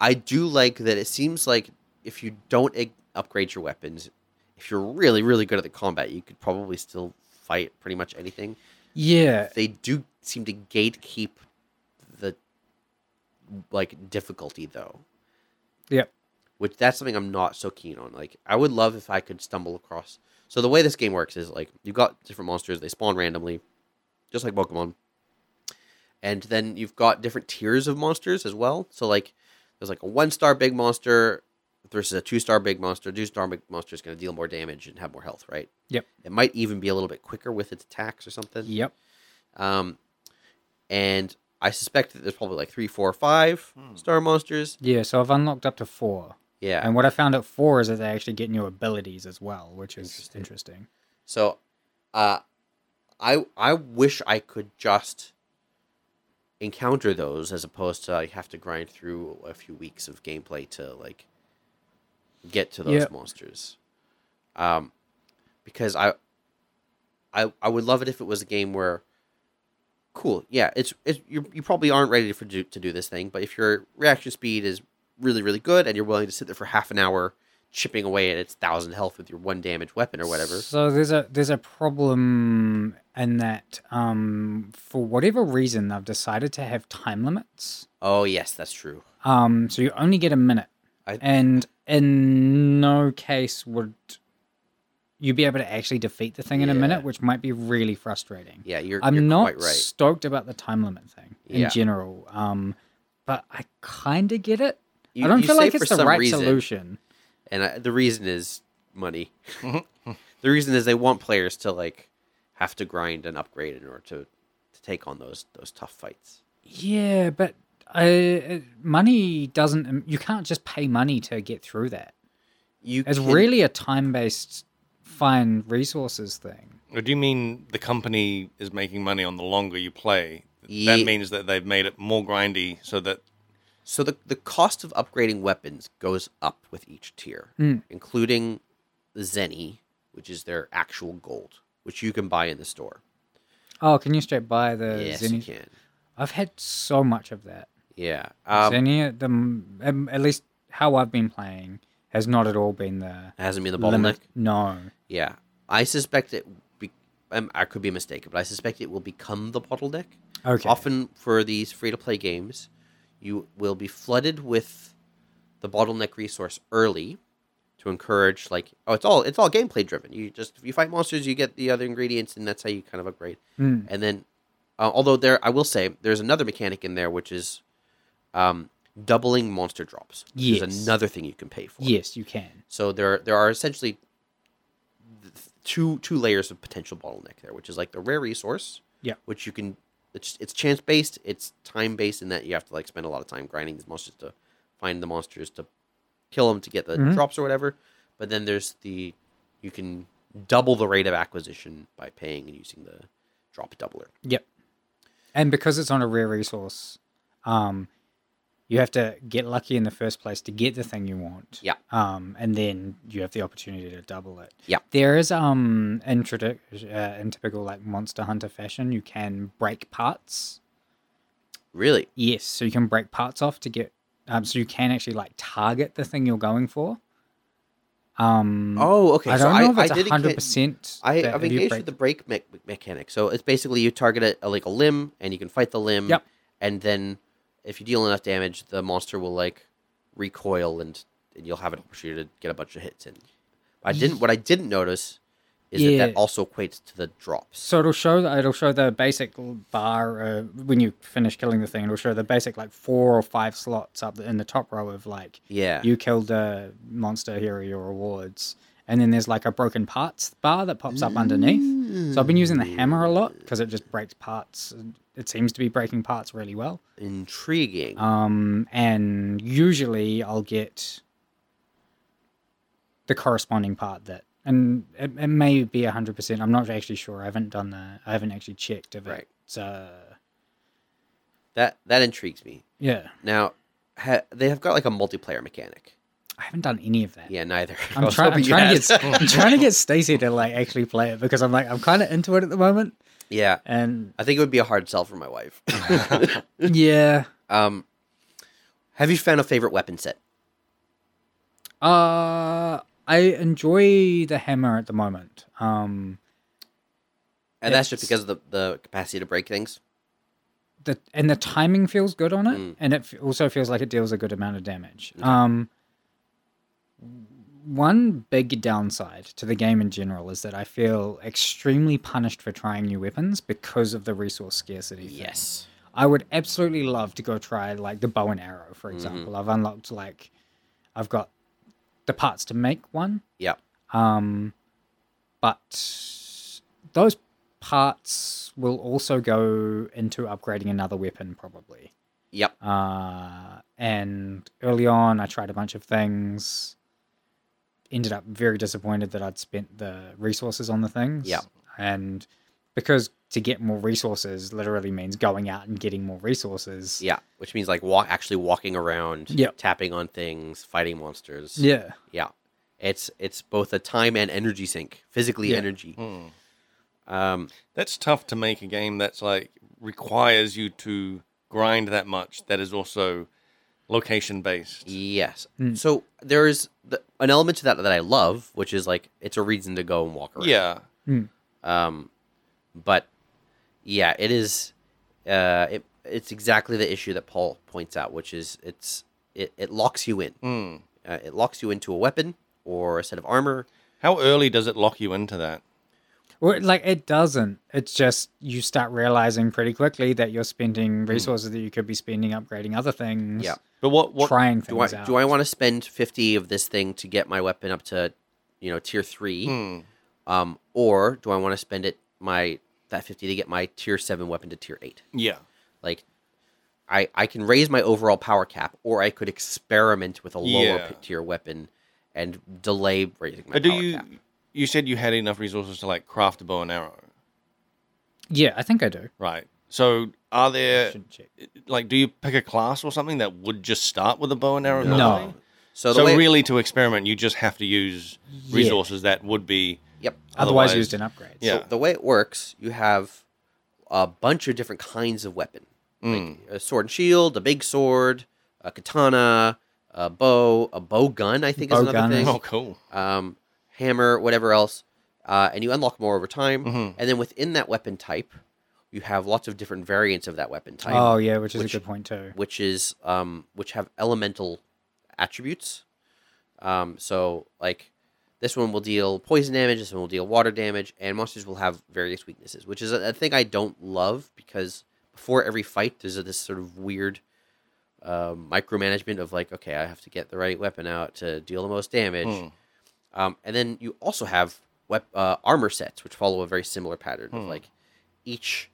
Speaker 1: I do like that it seems like if you don't ig- upgrade your weapons, if you're really, really good at the combat, you could probably still fight pretty much anything.
Speaker 3: Yeah,
Speaker 1: They do seem to gatekeep the like difficulty though,
Speaker 3: Yep.
Speaker 1: which that's something I'm not so keen on. Like I would love if I could stumble across. So the way this game works is like you've got different monsters, they spawn randomly, just like Pokemon. And then you've got different tiers of monsters as well. So like there's like a one star big monster versus a two star big monster. Two star big monster is going to deal more damage and have more health, right?
Speaker 3: Yep.
Speaker 1: It might even be a little bit quicker with its attacks or something.
Speaker 3: Yep.
Speaker 1: Um, and I suspect that there's probably like three, four, five star monsters.
Speaker 3: Yeah, so I've unlocked up to four.
Speaker 1: Yeah.
Speaker 3: And what I found at four is that they actually get new abilities as well, which is
Speaker 1: Interesting.
Speaker 3: interesting.
Speaker 1: So, uh, I I wish I could just encounter those as opposed to like have to grind through a few weeks of gameplay to like get to those
Speaker 3: Yep.
Speaker 1: monsters. Um, because I, I, I would love it if it was a game where, cool, yeah, it's it's you you probably aren't ready for do, to do this thing, but if your reaction speed is really really good and you're willing to sit there for half an hour chipping away at its thousand health with your one damage weapon or whatever,
Speaker 3: So there's a there's a problem in that um, for whatever reason I've decided to have time limits.
Speaker 1: oh yes, that's true.
Speaker 3: Um, so you only get a minute,
Speaker 1: I-
Speaker 3: and in no case would you be able to actually defeat the thing in a minute,
Speaker 1: Yeah.
Speaker 3: which might be really frustrating.
Speaker 1: Yeah, you're.
Speaker 3: I'm
Speaker 1: you're
Speaker 3: not
Speaker 1: quite right.
Speaker 3: stoked about the time limit thing in
Speaker 1: Yeah.
Speaker 3: general, um, but I kind of get it.
Speaker 1: You-
Speaker 3: I don't
Speaker 1: you
Speaker 3: feel
Speaker 1: say
Speaker 3: like
Speaker 1: for
Speaker 3: it's the
Speaker 1: some
Speaker 3: right
Speaker 1: reason,
Speaker 3: solution.
Speaker 1: and I, the reason is money. [LAUGHS] the reason is they want players to like have to grind and upgrade in order to to take on those those tough fights.
Speaker 3: Yeah, but uh, money doesn't. um, You can't just pay money to get through that.
Speaker 1: You
Speaker 3: It's
Speaker 1: can-
Speaker 3: really a time based find resources thing.
Speaker 2: Or do you mean the company is making money on the longer you play?
Speaker 1: Ye-
Speaker 2: That means that they've made it more grindy so that
Speaker 1: so the the cost of upgrading weapons goes up with each tier,
Speaker 3: Hmm.
Speaker 1: including the Zenny, which is their actual gold, which you can buy in the store.
Speaker 3: Oh, can you straight buy the
Speaker 1: yes, you
Speaker 3: Zinni?
Speaker 1: can.
Speaker 3: I've had so much of that.
Speaker 1: Yeah. Um,
Speaker 3: Zinni, at the m- um, at least how I've been playing, has not at all been the
Speaker 1: hasn't been the bottleneck.
Speaker 3: limit. No,
Speaker 1: Yeah, I suspect it. Be, um, I could be mistaken, but I suspect it will become the bottleneck.
Speaker 3: Okay.
Speaker 1: Often for these free to play games, you will be flooded with the bottleneck resource early to encourage like oh it's all it's all gameplay driven. You just if you fight monsters, you get the other ingredients, and that's how you kind of upgrade.
Speaker 3: Mm.
Speaker 1: And then, uh, although there, I will say there's another mechanic in there which is. Um, doubling monster drops which
Speaker 3: Yes.
Speaker 1: is another thing you can pay for
Speaker 3: yes, you can.
Speaker 1: so there there are essentially th- two two layers of potential bottleneck there, which is like the rare resource,
Speaker 3: Yeah.
Speaker 1: which you can it's it's chance based, it's time based in that you have to like spend a lot of time grinding these monsters to find the monsters to kill them to get the
Speaker 3: Mm-hmm.
Speaker 1: drops or whatever. But then there's the you can double the rate of acquisition by paying and using the drop doubler.
Speaker 3: Yep. And because it's on a rare resource, um, you have to get lucky in the first place to get the thing you want.
Speaker 1: Yeah.
Speaker 3: Um, and then you have the opportunity to double it.
Speaker 1: Yeah.
Speaker 3: There is um in, tradi- uh, in typical like Monster Hunter fashion, you can break parts.
Speaker 1: Really?
Speaker 3: Yes, so you can break parts off to get. Um, so you can actually like target the thing you're going for. Um,
Speaker 1: Oh, okay.
Speaker 3: I
Speaker 1: so
Speaker 3: don't know if
Speaker 1: did
Speaker 3: it's
Speaker 1: enca-
Speaker 3: hundred percent.
Speaker 1: I, I've engaged with the break me- mechanic. So it's basically you target a, a, like a limb, and you can fight the limb.
Speaker 3: Yep.
Speaker 1: And then, if you deal enough damage, the monster will like recoil, and, and you'll have an opportunity to get a bunch of hits in. I didn't. What I didn't notice is that
Speaker 3: Yeah.
Speaker 1: that also equates to the drops.
Speaker 3: So it'll show the, it'll show the basic l- bar uh, when you finish killing the thing. It'll show the basic like four or five slots up in the top row of like
Speaker 1: Yeah.
Speaker 3: you killed a monster. Here are your rewards. And then there's like a broken parts bar that pops up underneath. So I've been using the hammer a lot because it just breaks parts. and It seems to be breaking parts really well.
Speaker 1: Intriguing.
Speaker 3: Um, and usually I'll get the corresponding part that, and it, it may be hundred percent. I'm not actually sure. I haven't done the. I haven't actually checked if
Speaker 1: Right.
Speaker 3: it's. Uh,
Speaker 1: that that intrigues me.
Speaker 3: yeah,
Speaker 1: Now, ha- they have got like a multiplayer mechanic.
Speaker 3: I haven't done any of that.
Speaker 1: Yeah, neither. I
Speaker 3: I'm,
Speaker 1: was [LAUGHS]
Speaker 3: try- I'm
Speaker 1: hoping you
Speaker 3: trying
Speaker 1: had.
Speaker 3: to get. [LAUGHS] I'm trying to get Stacy to like actually play it because I'm like I'm kind of into it at the moment,
Speaker 1: yeah,
Speaker 3: and
Speaker 1: I think it would be a hard sell for my
Speaker 3: [LAUGHS]
Speaker 1: wife.
Speaker 3: yeah.
Speaker 1: um, have you found a favorite weapon set?
Speaker 3: Uh, I enjoy the hammer at the moment. Um,
Speaker 1: And that's just
Speaker 3: It's-
Speaker 1: because of the, the capacity to break things.
Speaker 3: the and the timing feels good on it, and it f- also feels like it deals a good amount of damage. Um, one big downside to the game in general is that I feel extremely punished for trying new weapons because of the resource scarcity. thing.
Speaker 1: Yes.
Speaker 3: I would absolutely love to go try like the bow and arrow, for example. I've unlocked like, I've got the parts to make one,
Speaker 1: Yeah.
Speaker 3: um, but those parts will also go into upgrading another weapon, probably.
Speaker 1: Yep.
Speaker 3: Uh, and early on, I tried a bunch of things. Ended up very disappointed that I'd spent the resources on the things.
Speaker 1: Yep.
Speaker 3: And because to get more resources literally means going out and getting more resources.
Speaker 1: Yeah, which means like walk actually walking around,
Speaker 3: Yep.
Speaker 1: tapping on things, fighting monsters.
Speaker 3: Yeah.
Speaker 1: Yeah. It's it's both a time and energy sink, physically
Speaker 3: Yeah.
Speaker 1: energy.
Speaker 2: Hmm.
Speaker 1: Um,
Speaker 2: That's tough to make a game that's like requires you to grind that much. That is also location based.
Speaker 1: yes.
Speaker 3: Mm.
Speaker 1: So there is the, an element to that that I love, which is like it's a reason to go and walk around.
Speaker 2: Yeah,
Speaker 1: Um, but yeah, it is. Uh, it it's exactly the issue that Paul points out, which is it's it, it locks you in.
Speaker 2: Mm.
Speaker 1: Uh, it locks you into a weapon or a set of armor.
Speaker 2: How early does it lock you into that?
Speaker 3: Well, like it doesn't. It's just you start realizing pretty quickly that you're
Speaker 2: Hmm.
Speaker 3: spending resources that you could be spending upgrading other things.
Speaker 1: Yeah.
Speaker 2: But what what
Speaker 3: trying
Speaker 1: Do I
Speaker 3: things out.
Speaker 1: do I want to spend fifty of this thing to get my weapon up to, you know, tier three,
Speaker 2: Hmm.
Speaker 1: um, or do I want to spend it my that fifty to get my tier seven weapon to tier eight?
Speaker 2: Yeah.
Speaker 1: Like, I I can raise my overall power cap, or I could experiment with a lower
Speaker 2: Yeah.
Speaker 1: p- tier weapon and delay raising my
Speaker 2: But do
Speaker 1: power
Speaker 2: you
Speaker 1: cap.
Speaker 2: you said you had enough resources to like craft a bow and arrow,
Speaker 3: Yeah, I think I do.
Speaker 2: right? So are there
Speaker 3: Shouldn't check.
Speaker 2: like do you pick a class or something that would just start with a bow and arrow?
Speaker 1: No.
Speaker 2: normally?
Speaker 1: So, the
Speaker 2: So
Speaker 1: way,
Speaker 2: really, to experiment, you just have to use resources that would be
Speaker 1: yep.
Speaker 3: Otherwise,
Speaker 2: Otherwise-
Speaker 3: used in upgrades.
Speaker 2: Yeah.
Speaker 1: So the way it works, you have a bunch of different kinds of weapon.
Speaker 2: Mm.
Speaker 1: Like a sword and shield, a big sword, a katana, a bow, a bow gun, I think
Speaker 3: Bow
Speaker 1: is another
Speaker 3: gun.
Speaker 1: thing.
Speaker 2: oh cool.
Speaker 1: um, hammer, whatever else, uh, and you unlock more over time.
Speaker 2: Mhm.
Speaker 1: And then within that weapon type, you have lots of different variants of that weapon type,
Speaker 3: Oh yeah, which is
Speaker 1: Which-
Speaker 3: a good point too.
Speaker 1: which is um, which have elemental attributes. Um, so like this one will deal poison damage, this one will deal water damage, and monsters will have various weaknesses, which is a, a thing I don't love because before every fight there's a, this sort of weird. Um, micromanagement of like, okay, I have to get the right weapon out to deal the most damage,
Speaker 2: Mm.
Speaker 1: um, and then you also have wep- uh, armor sets, which follow a very similar pattern of like each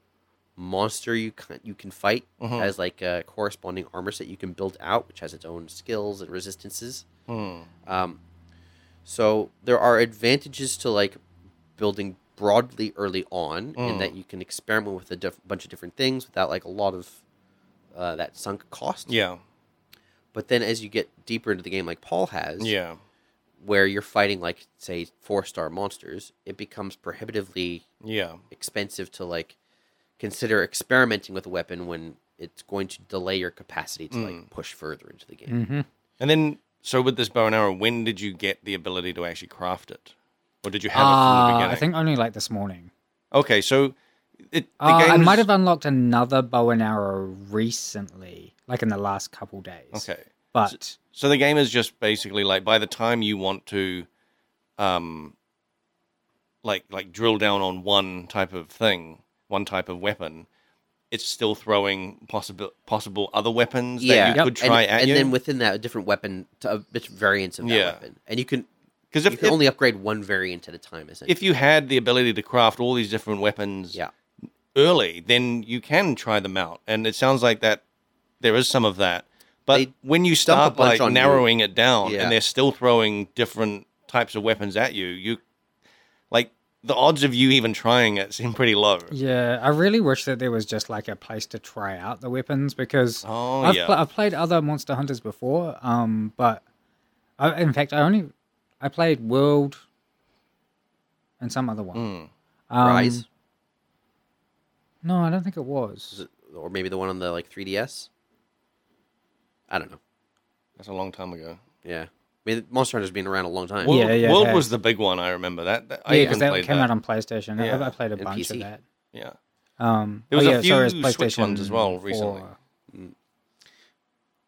Speaker 1: monster you can, you can fight
Speaker 2: Mhm.
Speaker 1: has like a corresponding armor set you can build out, which has its own skills and resistances.
Speaker 2: Mm.
Speaker 1: Um, so there are advantages to like building broadly early on, in
Speaker 2: Mm.
Speaker 1: that you can experiment with a diff- bunch of different things without like a lot of uh, that sunk cost.
Speaker 2: Yeah.
Speaker 1: But then as you get deeper into the game, like Paul has,
Speaker 2: Yeah.
Speaker 1: where you're fighting like say four star monsters, it becomes prohibitively
Speaker 2: Yeah.
Speaker 1: expensive to like consider experimenting with a weapon when it's going to delay your capacity to
Speaker 2: Mm.
Speaker 1: like push further into the game.
Speaker 3: Mm-hmm.
Speaker 2: And then, so with this bow and arrow, when did you get the ability to actually craft it, or did you have it from the
Speaker 3: Ah, I
Speaker 2: beginning?
Speaker 3: think only like this morning.
Speaker 2: okay, so it, the
Speaker 3: Uh,
Speaker 2: game
Speaker 3: I
Speaker 2: is-
Speaker 3: might have unlocked another bow and arrow recently, like in the last couple days.
Speaker 2: Okay,
Speaker 3: But
Speaker 2: so the game is just basically like by the time you want to, um, like like drill down on one type of thing, one type of weapon. It's still throwing possible possible other weapons
Speaker 1: Yeah,
Speaker 2: that you could
Speaker 1: and,
Speaker 2: try at
Speaker 1: and
Speaker 2: you.
Speaker 1: then within that, a different weapon, to, uh, different variants of that
Speaker 2: Yeah.
Speaker 1: weapon, and you can
Speaker 2: Because
Speaker 1: you
Speaker 2: if,
Speaker 1: can
Speaker 2: if,
Speaker 1: only upgrade one variant at a time, isn't
Speaker 2: if you had the ability to craft all these different weapons,
Speaker 1: Yeah,
Speaker 2: early, then you can try them out. And it sounds like that there is some of that. But
Speaker 1: They
Speaker 2: when you
Speaker 1: dump a
Speaker 2: start
Speaker 1: bunch
Speaker 2: like
Speaker 1: on you.
Speaker 2: narrowing it down
Speaker 1: Yeah.
Speaker 2: and they're still throwing different types of weapons at you, you like the odds of you even trying it seem pretty low.
Speaker 3: yeah, I really wish that there was just like a place to try out the weapons because
Speaker 2: Oh
Speaker 3: I've,
Speaker 2: yeah.
Speaker 3: pl- I've played other Monster Hunters before, um, but I, in fact, I only I played World and some other one.
Speaker 2: Hmm.
Speaker 3: Um,
Speaker 1: Rise,
Speaker 3: No, I don't think it was.
Speaker 1: Is it- or maybe the one on the like 3ds. I don't know.
Speaker 2: That's a long time ago.
Speaker 1: Yeah, I mean Monster Hunter's been around a long time.
Speaker 2: World,
Speaker 3: Yeah, yeah,
Speaker 2: World
Speaker 3: yeah.
Speaker 2: was the big one. I remember that. that I
Speaker 3: yeah,
Speaker 2: even
Speaker 3: because that
Speaker 2: played
Speaker 3: came
Speaker 2: that.
Speaker 3: out on PlayStation. I-
Speaker 2: Yeah,
Speaker 3: I, played a
Speaker 1: and
Speaker 3: bunch
Speaker 1: PC.
Speaker 3: of that.
Speaker 2: yeah.
Speaker 3: Um,
Speaker 2: There was
Speaker 3: oh,
Speaker 2: a
Speaker 3: yeah, so it's
Speaker 2: few Switch ones as
Speaker 3: PlayStation
Speaker 2: well recently.
Speaker 3: 4.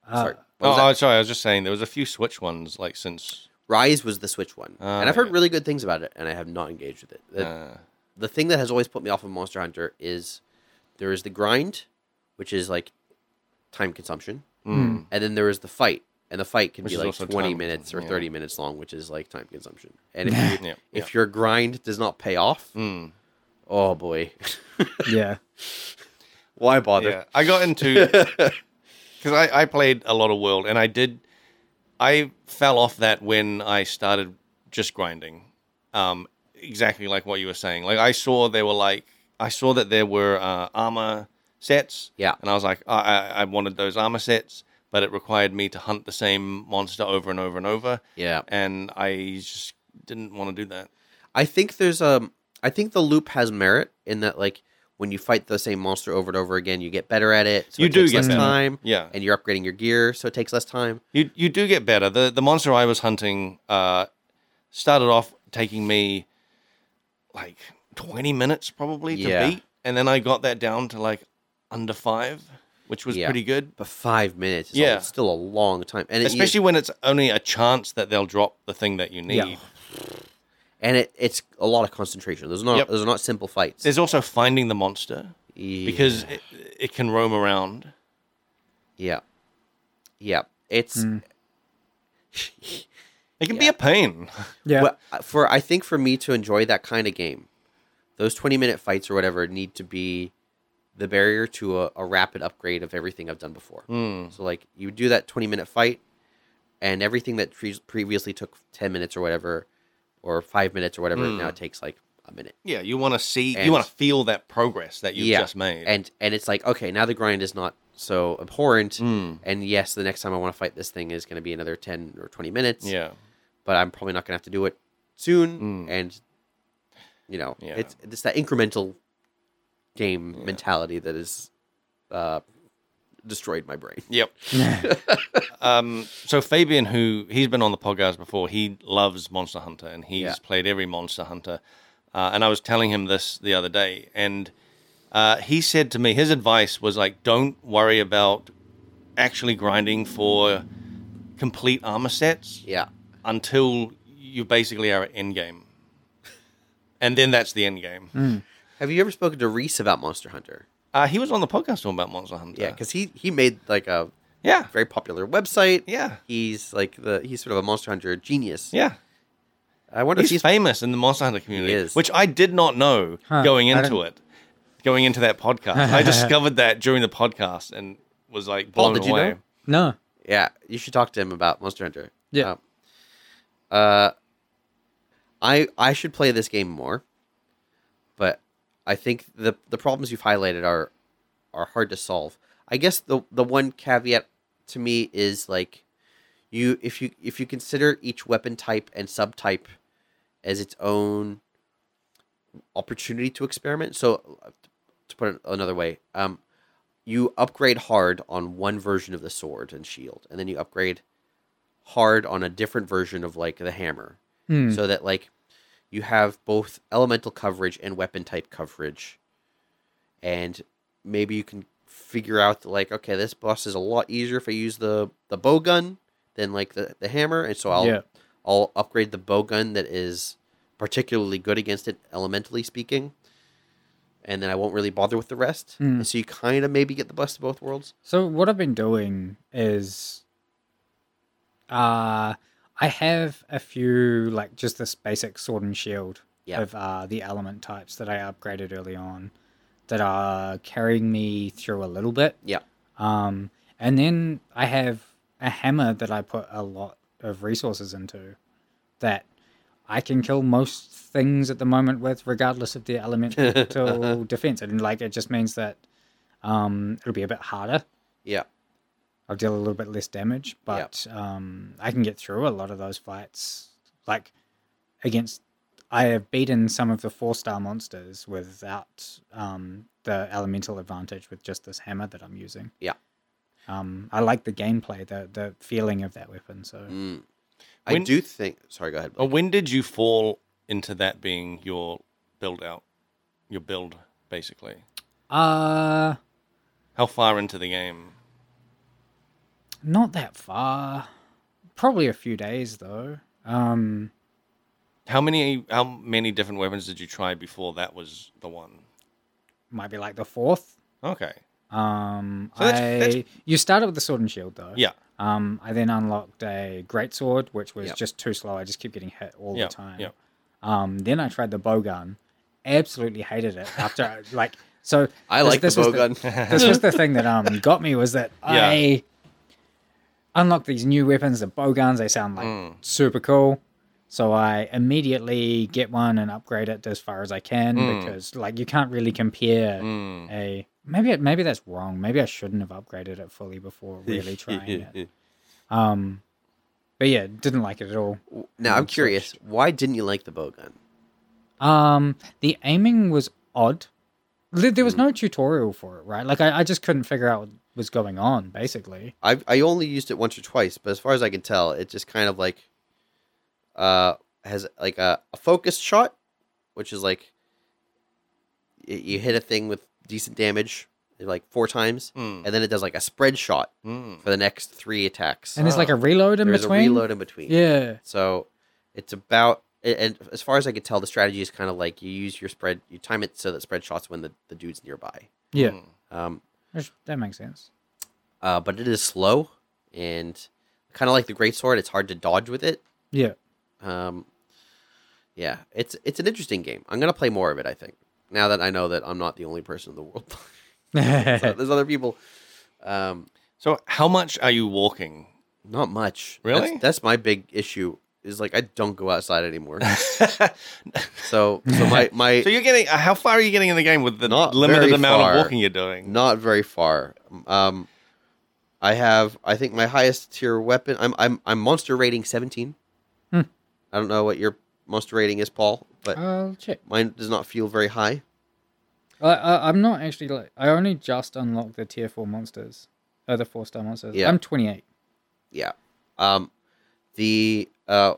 Speaker 3: Uh,
Speaker 1: Sorry. What
Speaker 2: Oh,
Speaker 1: was that?
Speaker 2: oh, sorry. I was just saying there was a few Switch ones like since.
Speaker 1: Rise was the Switch one,
Speaker 2: Ah,
Speaker 1: and I've heard
Speaker 2: yeah.
Speaker 1: really good things about it, and I have not engaged with it. The-
Speaker 2: Uh,
Speaker 1: the thing that has always put me off of Monster Hunter is there is the grind, which is like time consumption,
Speaker 2: mm.
Speaker 1: and then there is the fight, and the fight can
Speaker 2: Which
Speaker 1: be
Speaker 2: is
Speaker 1: like
Speaker 2: also
Speaker 1: twenty
Speaker 2: time
Speaker 1: minutes or
Speaker 2: consumption, yeah.
Speaker 1: thirty minutes long, which is like time
Speaker 2: [LAUGHS]
Speaker 1: consumption. And if, you,
Speaker 2: Yeah.
Speaker 1: if your grind does not pay off,
Speaker 2: yeah. Mm.
Speaker 1: oh boy, [LAUGHS]
Speaker 3: yeah.
Speaker 1: why bother?
Speaker 2: Yeah, I got into because I, I played a lot of World, and I did. I fell off that when I started just grinding, um, exactly like what you were saying. Like I saw there were like I saw that there were uh, armor sets.
Speaker 1: Yeah.
Speaker 2: And I was like, I, I, I wanted those armor sets, but it required me to hunt the same monster over and over and over.
Speaker 1: Yeah.
Speaker 2: And I just didn't want to do that.
Speaker 1: I think there's um I think the loop has merit in that like when you fight the same monster over and over again, you get better at it. So
Speaker 2: You
Speaker 1: it
Speaker 2: do
Speaker 1: takes
Speaker 2: get
Speaker 1: less
Speaker 2: better.
Speaker 1: time,
Speaker 2: Yeah.
Speaker 1: and you're upgrading your gear, so it takes less time.
Speaker 2: You you do get better. The the monster I was hunting uh, started off taking me like twenty minutes probably to
Speaker 1: Yeah.
Speaker 2: beat, and then I got that down to like under five, which was
Speaker 1: Yeah.
Speaker 2: pretty good.
Speaker 1: But five minutes, is
Speaker 2: Yeah.
Speaker 1: all- still a long time, and it,
Speaker 2: Especially when it's only a chance that they'll drop the thing that you need.
Speaker 3: Yeah.
Speaker 1: and it, it's a lot of concentration. Those are not
Speaker 2: Yep.
Speaker 1: those are not simple fights
Speaker 2: There's also finding the monster
Speaker 1: Yeah.
Speaker 2: because it, it can roam around.
Speaker 1: yeah, yeah, it's
Speaker 2: Hmm. It can be a pain. [LAUGHS]
Speaker 1: [LAUGHS]
Speaker 3: Yeah.
Speaker 1: Well, for I think for me to enjoy that kind of game, those twenty minute fights or whatever need to be the barrier to a, a rapid upgrade of everything I've done before.
Speaker 2: Hmm.
Speaker 1: So like you do that twenty minute fight, and everything that pre- previously took ten minutes or whatever, or five minutes or whatever,
Speaker 2: Hmm.
Speaker 1: now it takes like a minute.
Speaker 2: Yeah, you want to see,
Speaker 1: And-
Speaker 2: you want to feel that progress that you've just made.
Speaker 1: And and it's like okay, now the grind is not so abhorrent.
Speaker 2: Hmm.
Speaker 1: And yes, the next time I want to fight this thing is going to be another ten or twenty minutes
Speaker 2: yeah. Mm.
Speaker 1: but I'm probably not gonna have to do it soon. And you know,
Speaker 2: Yeah.
Speaker 1: it's it's that incremental game mentality that has uh, destroyed my brain.
Speaker 2: Yep. [LAUGHS] um, so Fabian, who he's been on the podcast before, he loves Monster Hunter and he's
Speaker 1: Yeah.
Speaker 2: played every Monster Hunter. Uh, and I was telling him this the other day, and uh, he said to me, his advice was like, don't worry about actually grinding for complete armor sets
Speaker 1: Yeah,
Speaker 2: until you basically are at end game, and then that's the end game.
Speaker 1: Mm. have you ever spoken to Reese about Monster Hunter?
Speaker 2: Uh, he was on the podcast talking about Monster Hunter.
Speaker 1: Yeah, because he he made like a
Speaker 2: yeah,
Speaker 1: very popular website.
Speaker 2: Yeah.
Speaker 1: he's like the he's sort of a Monster Hunter genius.
Speaker 2: yeah.
Speaker 1: I wonder
Speaker 2: He's,
Speaker 1: if he's
Speaker 2: famous in the Monster Hunter community,
Speaker 1: He is.
Speaker 2: which I did not know
Speaker 3: Huh,
Speaker 2: going
Speaker 3: I
Speaker 2: into
Speaker 3: didn't-
Speaker 2: it. Going into that podcast,
Speaker 3: [LAUGHS]
Speaker 2: I discovered that during the podcast and was like blown
Speaker 1: did you
Speaker 2: away.
Speaker 1: know?
Speaker 3: no.
Speaker 1: Yeah, you should talk to him about Monster Hunter.
Speaker 3: Yeah.
Speaker 1: Uh, uh, I I should play this game more, but I think the the problems you've highlighted are are hard to solve. I guess the the one caveat to me is like you if you if you consider each weapon type and subtype as its own opportunity to experiment. So uh, to put it another way, um, you upgrade hard on one version of the sword and shield, and then you upgrade hard on a different version of like the hammer,
Speaker 3: Hmm.
Speaker 1: so that like you have both elemental coverage and weapon type coverage, and maybe you can figure out that, like okay, this boss is a lot easier if I use the the bow gun than like the the hammer, and so I'll
Speaker 3: Yeah.
Speaker 1: I'll upgrade the bow gun that is particularly good against it elementally speaking. And then I won't really bother with the rest.
Speaker 3: Hmm.
Speaker 1: And So you kind of maybe get the best of both worlds.
Speaker 3: So what I've been doing is uh I have a few like just this basic sword and shield
Speaker 1: Yeah.
Speaker 3: of uh the element types that I upgraded early on that are carrying me through a little bit.
Speaker 1: Yeah.
Speaker 3: Um and then I have a hammer that I put a lot of resources into that I can kill most things at the moment with regardless of the elemental defense. And like it just means that um it'll be a bit harder
Speaker 1: Yeah.
Speaker 3: I'll deal a little bit less damage, but um, I can get through a lot of those fights. Like against, I have beaten some of the four star monsters without um, the elemental advantage with just this hammer that I'm using.
Speaker 1: Yeah.
Speaker 3: Um, I like the gameplay, the the feeling of that weapon. So
Speaker 2: Mm.
Speaker 1: I
Speaker 2: When-
Speaker 1: do think. Sorry, go ahead.
Speaker 2: Uh,
Speaker 3: Oh,
Speaker 1: Blake.
Speaker 2: When did you fall into that being your build out, your build basically?
Speaker 3: uh
Speaker 2: How far into the game?
Speaker 3: not that far. Probably a few days though. Um,
Speaker 2: How many how many different weapons did you try before that was the one?
Speaker 3: might be like the fourth.
Speaker 2: Okay,
Speaker 3: Um,
Speaker 2: So that's-
Speaker 3: I
Speaker 2: that's-
Speaker 3: you started with the sword and shield though.
Speaker 1: [LAUGHS]
Speaker 2: yeah,
Speaker 3: Um, I then unlocked a greatsword, which was
Speaker 1: Yep.
Speaker 3: just too slow. I just kept getting hit all
Speaker 2: yeah,
Speaker 3: the time.
Speaker 2: yeah.
Speaker 3: Um, then I tried the bowgun. Absolutely hated it
Speaker 2: [LAUGHS]
Speaker 3: after I, like so.
Speaker 1: I
Speaker 3: this-
Speaker 1: like
Speaker 3: this
Speaker 1: the
Speaker 3: was
Speaker 1: bow gun.
Speaker 3: this was the thing that um got me was that
Speaker 2: [LAUGHS] Yeah. Mm.
Speaker 3: I unlocked these new weapons, the bowguns. They sound like super cool. So I immediately get one and upgrade it as far as I can
Speaker 2: Mm.
Speaker 3: because like you can't really compare
Speaker 2: Mm.
Speaker 3: a maybe it, maybe that's wrong. Maybe I shouldn't have upgraded it fully
Speaker 2: [LAUGHS]
Speaker 3: before [LAUGHS] really trying
Speaker 1: [LAUGHS]
Speaker 3: it. Um but yeah, didn't like it at all.
Speaker 1: W- Now I'm
Speaker 3: I'm
Speaker 1: curious, why didn't you like the bowgun?
Speaker 3: Um, the aiming was odd. Li- There was
Speaker 1: Hmm.
Speaker 3: no tutorial for it, right? Like I, I just couldn't figure out what was going on, basically.
Speaker 1: I I only used it once or twice, but as far as I can tell, it just kind of like uh has like a, a focused shot, which is like y- you hit a thing with decent damage like four times,
Speaker 2: Mm.
Speaker 1: and then it does like a spread shot
Speaker 2: Mm.
Speaker 1: for the next three attacks.
Speaker 3: And there's like a reload in
Speaker 1: There's
Speaker 3: between.
Speaker 1: Ah. a reload in between.
Speaker 3: Yeah.
Speaker 1: So it's about a- and as far as I can tell, the strategy is kind of like you use your spread, you time it so that spread shots when the, the dude's nearby.
Speaker 3: Yeah.
Speaker 2: Mm.
Speaker 1: Um,
Speaker 3: Which- That makes sense.
Speaker 1: uh, but it is slow and kind of like the great sword. It's hard to dodge with it.
Speaker 3: Yeah.
Speaker 1: Um, yeah, it's it's an interesting game. I'm gonna play more of it. I think now that I know that I'm not the only person in the world. [LAUGHS]
Speaker 2: [LAUGHS]
Speaker 1: So there's other people. Um,
Speaker 2: So how much are you walking?
Speaker 1: [LAUGHS] not much.
Speaker 2: Really?
Speaker 1: That's, that's my big issue. Is like I don't go outside
Speaker 2: [LAUGHS]
Speaker 1: anymore. So so my my
Speaker 2: So you're getting uh, how far are you getting in the game with the
Speaker 1: Not
Speaker 2: limited
Speaker 1: very
Speaker 2: amount
Speaker 1: far.
Speaker 2: of walking you're doing?
Speaker 1: not very far. Um, I have I think my highest tier weapon. I'm I'm I'm monster rating 17.
Speaker 3: Hmm.
Speaker 1: I don't know what your monster rating is, Paul, but
Speaker 3: [LAUGHS] I'll check.
Speaker 1: mine does not feel very high.
Speaker 3: I, I, I'm not actually like I only just unlocked the tier four monsters, uh, the four star monsters.
Speaker 1: Yeah.
Speaker 3: I'm 28.
Speaker 1: Yeah. Um, the uh,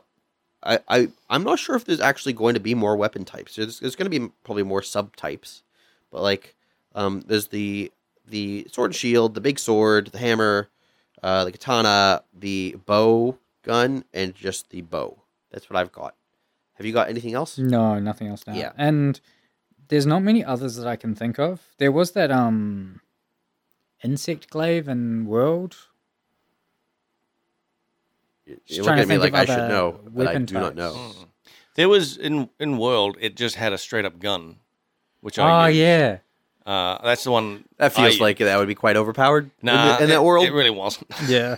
Speaker 1: I I I'm not sure if there's actually going to be more weapon types. There's there's going to be probably more subtypes, but like um, there's the the sword and shield, the big sword, the hammer, uh, the katana, the bow gun, and just the bow. That's what I've got. Have you got anything else?
Speaker 3: No, nothing else now.
Speaker 1: Yeah.
Speaker 3: And there's not many others that I can think of. There was that um, insect glaive in world.
Speaker 1: You- You
Speaker 3: Just
Speaker 1: look
Speaker 3: trying to
Speaker 1: at me
Speaker 3: think
Speaker 1: like
Speaker 3: of
Speaker 1: I should
Speaker 3: other
Speaker 1: know, but I
Speaker 3: weapon
Speaker 1: do not know.
Speaker 3: types.
Speaker 2: Mm. There was in in World, it just had a straight up gun, which
Speaker 3: Oh
Speaker 2: I used.
Speaker 3: yeah.
Speaker 2: uh, that's the one
Speaker 1: That feels
Speaker 2: I-
Speaker 1: like that would be quite overpowered in the-
Speaker 2: nah,
Speaker 1: in, that
Speaker 2: it-
Speaker 1: world.
Speaker 2: It really wasn't, [LAUGHS]
Speaker 3: Yeah.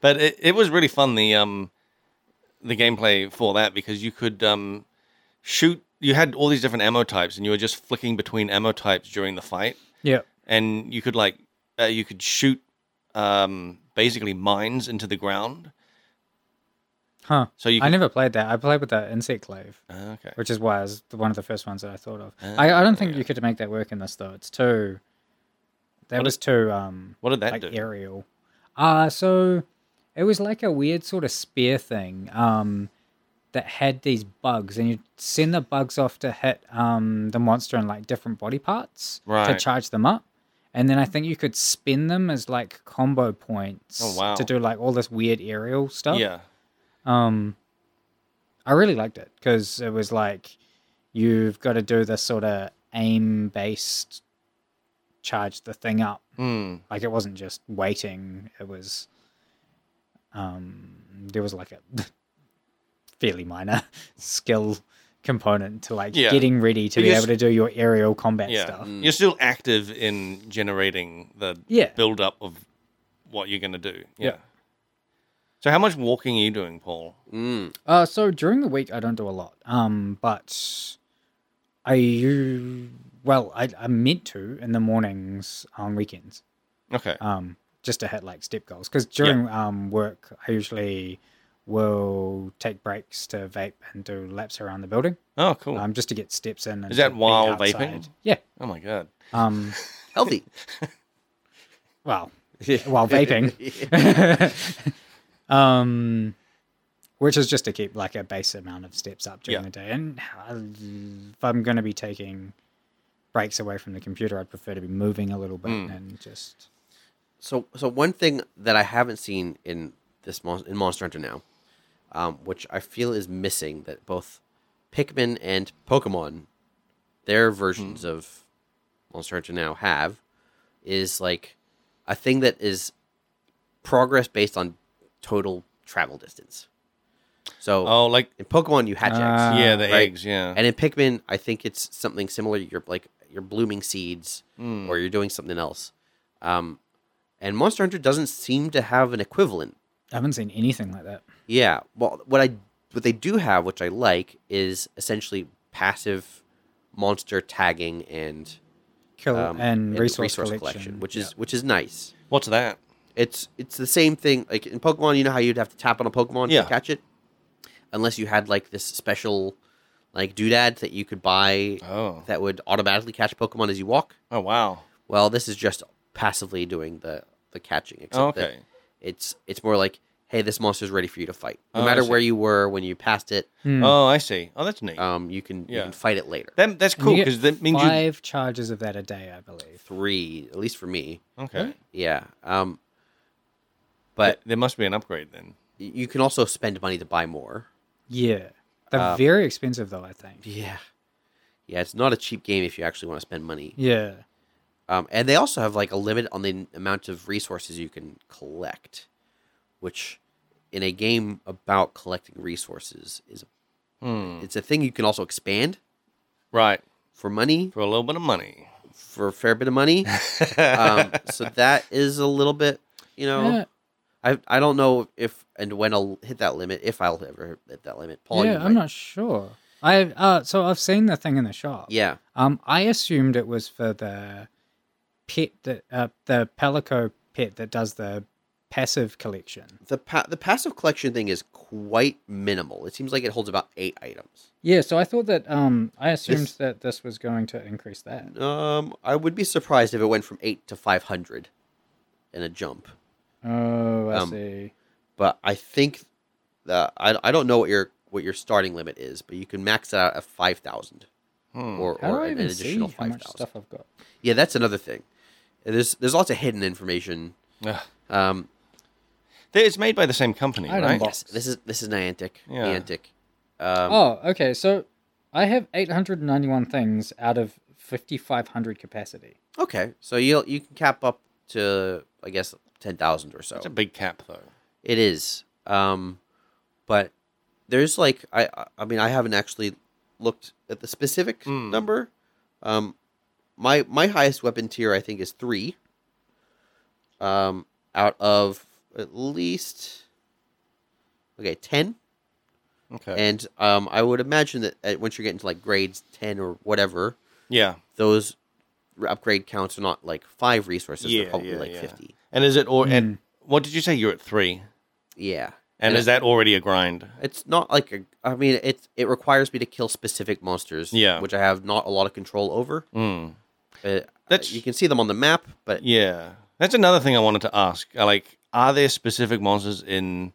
Speaker 2: but it, it was really fun the um the gameplay for that because you could um shoot. You had all these different ammo types, and you were just flicking between ammo types during the fight,
Speaker 3: Yeah.
Speaker 2: and you could like uh, you could shoot um basically mines into the ground.
Speaker 3: Huh.
Speaker 2: So you
Speaker 3: I
Speaker 2: could-
Speaker 3: never played that. I played with that insect glaive,
Speaker 2: Ah, okay.
Speaker 3: which is why I was the- one of the first ones that I thought of. I, I don't think you could make that work in this though. It's too. That was too um
Speaker 2: What did that
Speaker 3: like
Speaker 2: do?
Speaker 3: aerial. Uh so it was like a weird sort of spear thing um that had these bugs and you send the bugs off to hit um the monster in like different body parts to
Speaker 2: Right.
Speaker 3: charge them up. And then I think you could spin them as like combo points
Speaker 2: Oh, wow.
Speaker 3: to do like all this weird aerial stuff.
Speaker 2: Yeah.
Speaker 3: Um, I really liked it because it was like you've got to do this sort of aim based charge the thing up.
Speaker 2: Hmm.
Speaker 3: Like it wasn't just waiting. It was um, there was like a [LAUGHS] fairly minor [LAUGHS] skill component to like
Speaker 2: Yeah.
Speaker 3: getting ready to
Speaker 2: But
Speaker 3: be
Speaker 2: you s-
Speaker 3: able to do your aerial combat
Speaker 2: yeah. Mm.
Speaker 3: stuff.
Speaker 2: You're still active in generating the
Speaker 3: Yeah.
Speaker 2: build up of what you're going to do. Yeah.
Speaker 3: Yeah.
Speaker 2: So how much walking are you doing, Paul?
Speaker 1: Mm.
Speaker 3: Uh, so during the week I don't do a lot. Um, but I you well I I meant to in the mornings on weekends.
Speaker 2: Okay.
Speaker 3: Um, just to hit like step goals because during um work I usually will take breaks to vape and do laps around the building.
Speaker 2: Oh, cool.
Speaker 3: Um, just to get steps in. And
Speaker 2: Is
Speaker 3: to
Speaker 2: that
Speaker 3: be
Speaker 2: while vaping?
Speaker 3: outside. Yeah.
Speaker 2: oh my god.
Speaker 3: Um.
Speaker 1: Healthy.
Speaker 2: [LAUGHS]
Speaker 3: Well, while
Speaker 1: [LAUGHS]
Speaker 3: vaping. [LAUGHS] um, which is just to keep like a base amount of steps up during
Speaker 2: Yeah.
Speaker 3: the day. And uh, if I'm going to be taking breaks away from the computer, I'd prefer to be moving a little bit
Speaker 2: Mm.
Speaker 3: and just
Speaker 1: So, so one thing that I haven't seen in this mon- in Monster Hunter now, um, which I feel is missing, that both Pikmin and Pokemon, their versions of Monster Hunter now have, is like a thing that is progress based on total travel distance. So
Speaker 2: Oh, like
Speaker 1: in Pokemon, you hatch eggs.
Speaker 3: Ah. Uh,
Speaker 2: yeah, the
Speaker 1: right.
Speaker 2: eggs. Yeah.
Speaker 1: And in Pikmin, I think it's something similar. You're like you're blooming seeds,
Speaker 3: Hmm.
Speaker 1: or you're doing something else. Um, and Monster Hunter doesn't seem to have an equivalent.
Speaker 3: I haven't seen anything like that.
Speaker 1: Yeah. Well, what I what they do have, which I like, is essentially passive monster tagging and
Speaker 3: Kill
Speaker 1: um,
Speaker 3: Oh, and resource, collection.
Speaker 1: which is which is nice.
Speaker 2: What's that?
Speaker 1: It's it's the same thing. Like in Pokemon, you know how you'd have to tap on a Pokemon
Speaker 2: Yeah.
Speaker 1: to catch it, unless you had like this special like doodad that you could buy
Speaker 2: Oh.
Speaker 1: that would automatically catch Pokemon as you walk.
Speaker 2: Oh wow.
Speaker 1: Well, this is just passively doing the the catching. Except
Speaker 2: Oh,
Speaker 1: that
Speaker 2: okay.
Speaker 1: it's it's more like, hey, this monster's ready for you to fight. No
Speaker 2: Oh, I
Speaker 1: matter
Speaker 2: see.
Speaker 1: where you were when you passed it,
Speaker 3: Hmm.
Speaker 2: Oh, I see. Oh, that's neat.
Speaker 1: um, you can you
Speaker 2: Yeah.
Speaker 1: can fight it later.
Speaker 2: That- that's
Speaker 3: And you
Speaker 2: cool
Speaker 3: get
Speaker 2: because that means you.
Speaker 3: five charges of that a day, I believe.
Speaker 1: Three, at least for me.
Speaker 2: Okay.
Speaker 1: Yeah. Um, but
Speaker 2: Th- there must be an upgrade then.
Speaker 1: y- you can also spend money to buy more.
Speaker 3: Yeah, they're
Speaker 2: Uh,
Speaker 1: Um,
Speaker 3: very expensive though. I think.
Speaker 1: Yeah. Yeah, it's not a cheap game if you actually want to spend money.
Speaker 3: Yeah.
Speaker 1: Um, and they also have like a limit on the n- amount of resources you can collect, which in a game about collecting resources is
Speaker 2: Hmm.
Speaker 1: it's a thing you can also expand
Speaker 2: Right.
Speaker 1: for money
Speaker 2: For a little bit of
Speaker 3: [LAUGHS]
Speaker 2: money.
Speaker 1: for a fair bit of money.
Speaker 2: [LAUGHS]
Speaker 1: um, so that is a little bit, you know,
Speaker 3: Yeah,
Speaker 1: I I don't know if and when I'll hit that limit if I'll ever hit that limit. Paul, you
Speaker 3: yeah, I'm
Speaker 1: might.
Speaker 3: not sure. I uh, so I've seen the thing in the shop.
Speaker 1: Yeah,
Speaker 3: Um, I assumed it was for the pet that uh, the Pelico pet that does the passive collection.
Speaker 1: the pa- the passive collection thing is quite minimal. It seems like it holds about eight items.
Speaker 3: Yeah, so I thought that um I assumed
Speaker 1: This-
Speaker 3: that this was going to increase that.
Speaker 1: Um, I would be surprised if it went from eight to five hundred in a jump.
Speaker 3: Oh, I
Speaker 1: Um,
Speaker 3: see.
Speaker 1: But I think the I, I don't know what your what your starting limit is, but you can max it out at five thousand
Speaker 2: Hmm.
Speaker 1: or,
Speaker 3: How do
Speaker 1: or
Speaker 3: I
Speaker 1: an,
Speaker 3: even
Speaker 1: an
Speaker 3: see how
Speaker 1: additional five
Speaker 3: much
Speaker 1: thousand.
Speaker 3: stuff I've got?
Speaker 1: Yeah, that's another thing. There's there's lots of hidden information.
Speaker 2: Ugh.
Speaker 1: Um,
Speaker 2: They- It's made by the same company,
Speaker 3: I don't
Speaker 2: right?
Speaker 3: bo-
Speaker 1: yes, this is this is Niantic.
Speaker 2: Yeah.
Speaker 1: Niantic. Um,
Speaker 3: Oh, okay. So I have 891 things out of 5500 capacity.
Speaker 1: Okay, so you will you can cap up to I guess ten thousand or so.
Speaker 2: It's a big cap though.
Speaker 1: It is, um, but there's like I I- I mean I haven't actually looked at the specific
Speaker 2: Mm.
Speaker 1: number. Um, my my highest weapon tier I think is three. Um, out of at least okay ten,
Speaker 2: Okay.
Speaker 1: and um, I would imagine that uh, once you're getting to like grades ten or whatever,
Speaker 2: yeah.
Speaker 1: those r- upgrade counts are not like five resources;
Speaker 2: Yeah,
Speaker 1: they're probably
Speaker 2: yeah,
Speaker 1: like
Speaker 2: yeah.
Speaker 1: fifty.
Speaker 2: And is it or and what did you say? You're at three.
Speaker 1: Yeah,
Speaker 2: And,
Speaker 1: And
Speaker 2: is that already a grind?
Speaker 1: it's not like a. I mean, it it requires me to kill specific monsters.
Speaker 2: Yeah.
Speaker 1: which I have not a lot of control over.
Speaker 2: Hmm.
Speaker 1: Uh,
Speaker 2: That's-
Speaker 1: you can see them on the map, but
Speaker 2: Yeah, that's another thing I wanted to ask. Uh, Like, are there specific monsters in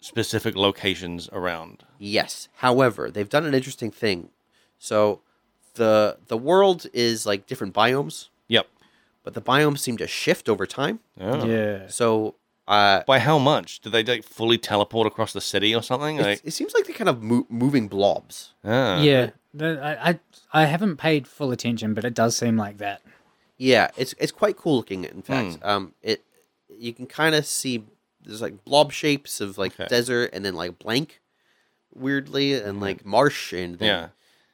Speaker 2: specific locations around?
Speaker 1: yes. However, they've done an interesting thing. So, the the world is like different biomes,
Speaker 2: Yep.
Speaker 1: but the biomes seem to shift over time.
Speaker 2: Oh.
Speaker 3: Yeah.
Speaker 1: So, uh,
Speaker 2: By how much do they like fully teleport across the city or something?
Speaker 1: it's-
Speaker 2: Like,
Speaker 1: it seems like they're kind of mo- moving blobs.
Speaker 2: ah.
Speaker 3: yeah. The- I, I I haven't paid full attention, but it does seem like that.
Speaker 1: Yeah, it's it's quite cool looking.
Speaker 2: Hmm.
Speaker 1: In fact, um, it you can kind of see there's like blob shapes of like
Speaker 2: Okay. Hmm.
Speaker 1: desert and then like blank, weirdly, and like marsh and
Speaker 2: yeah.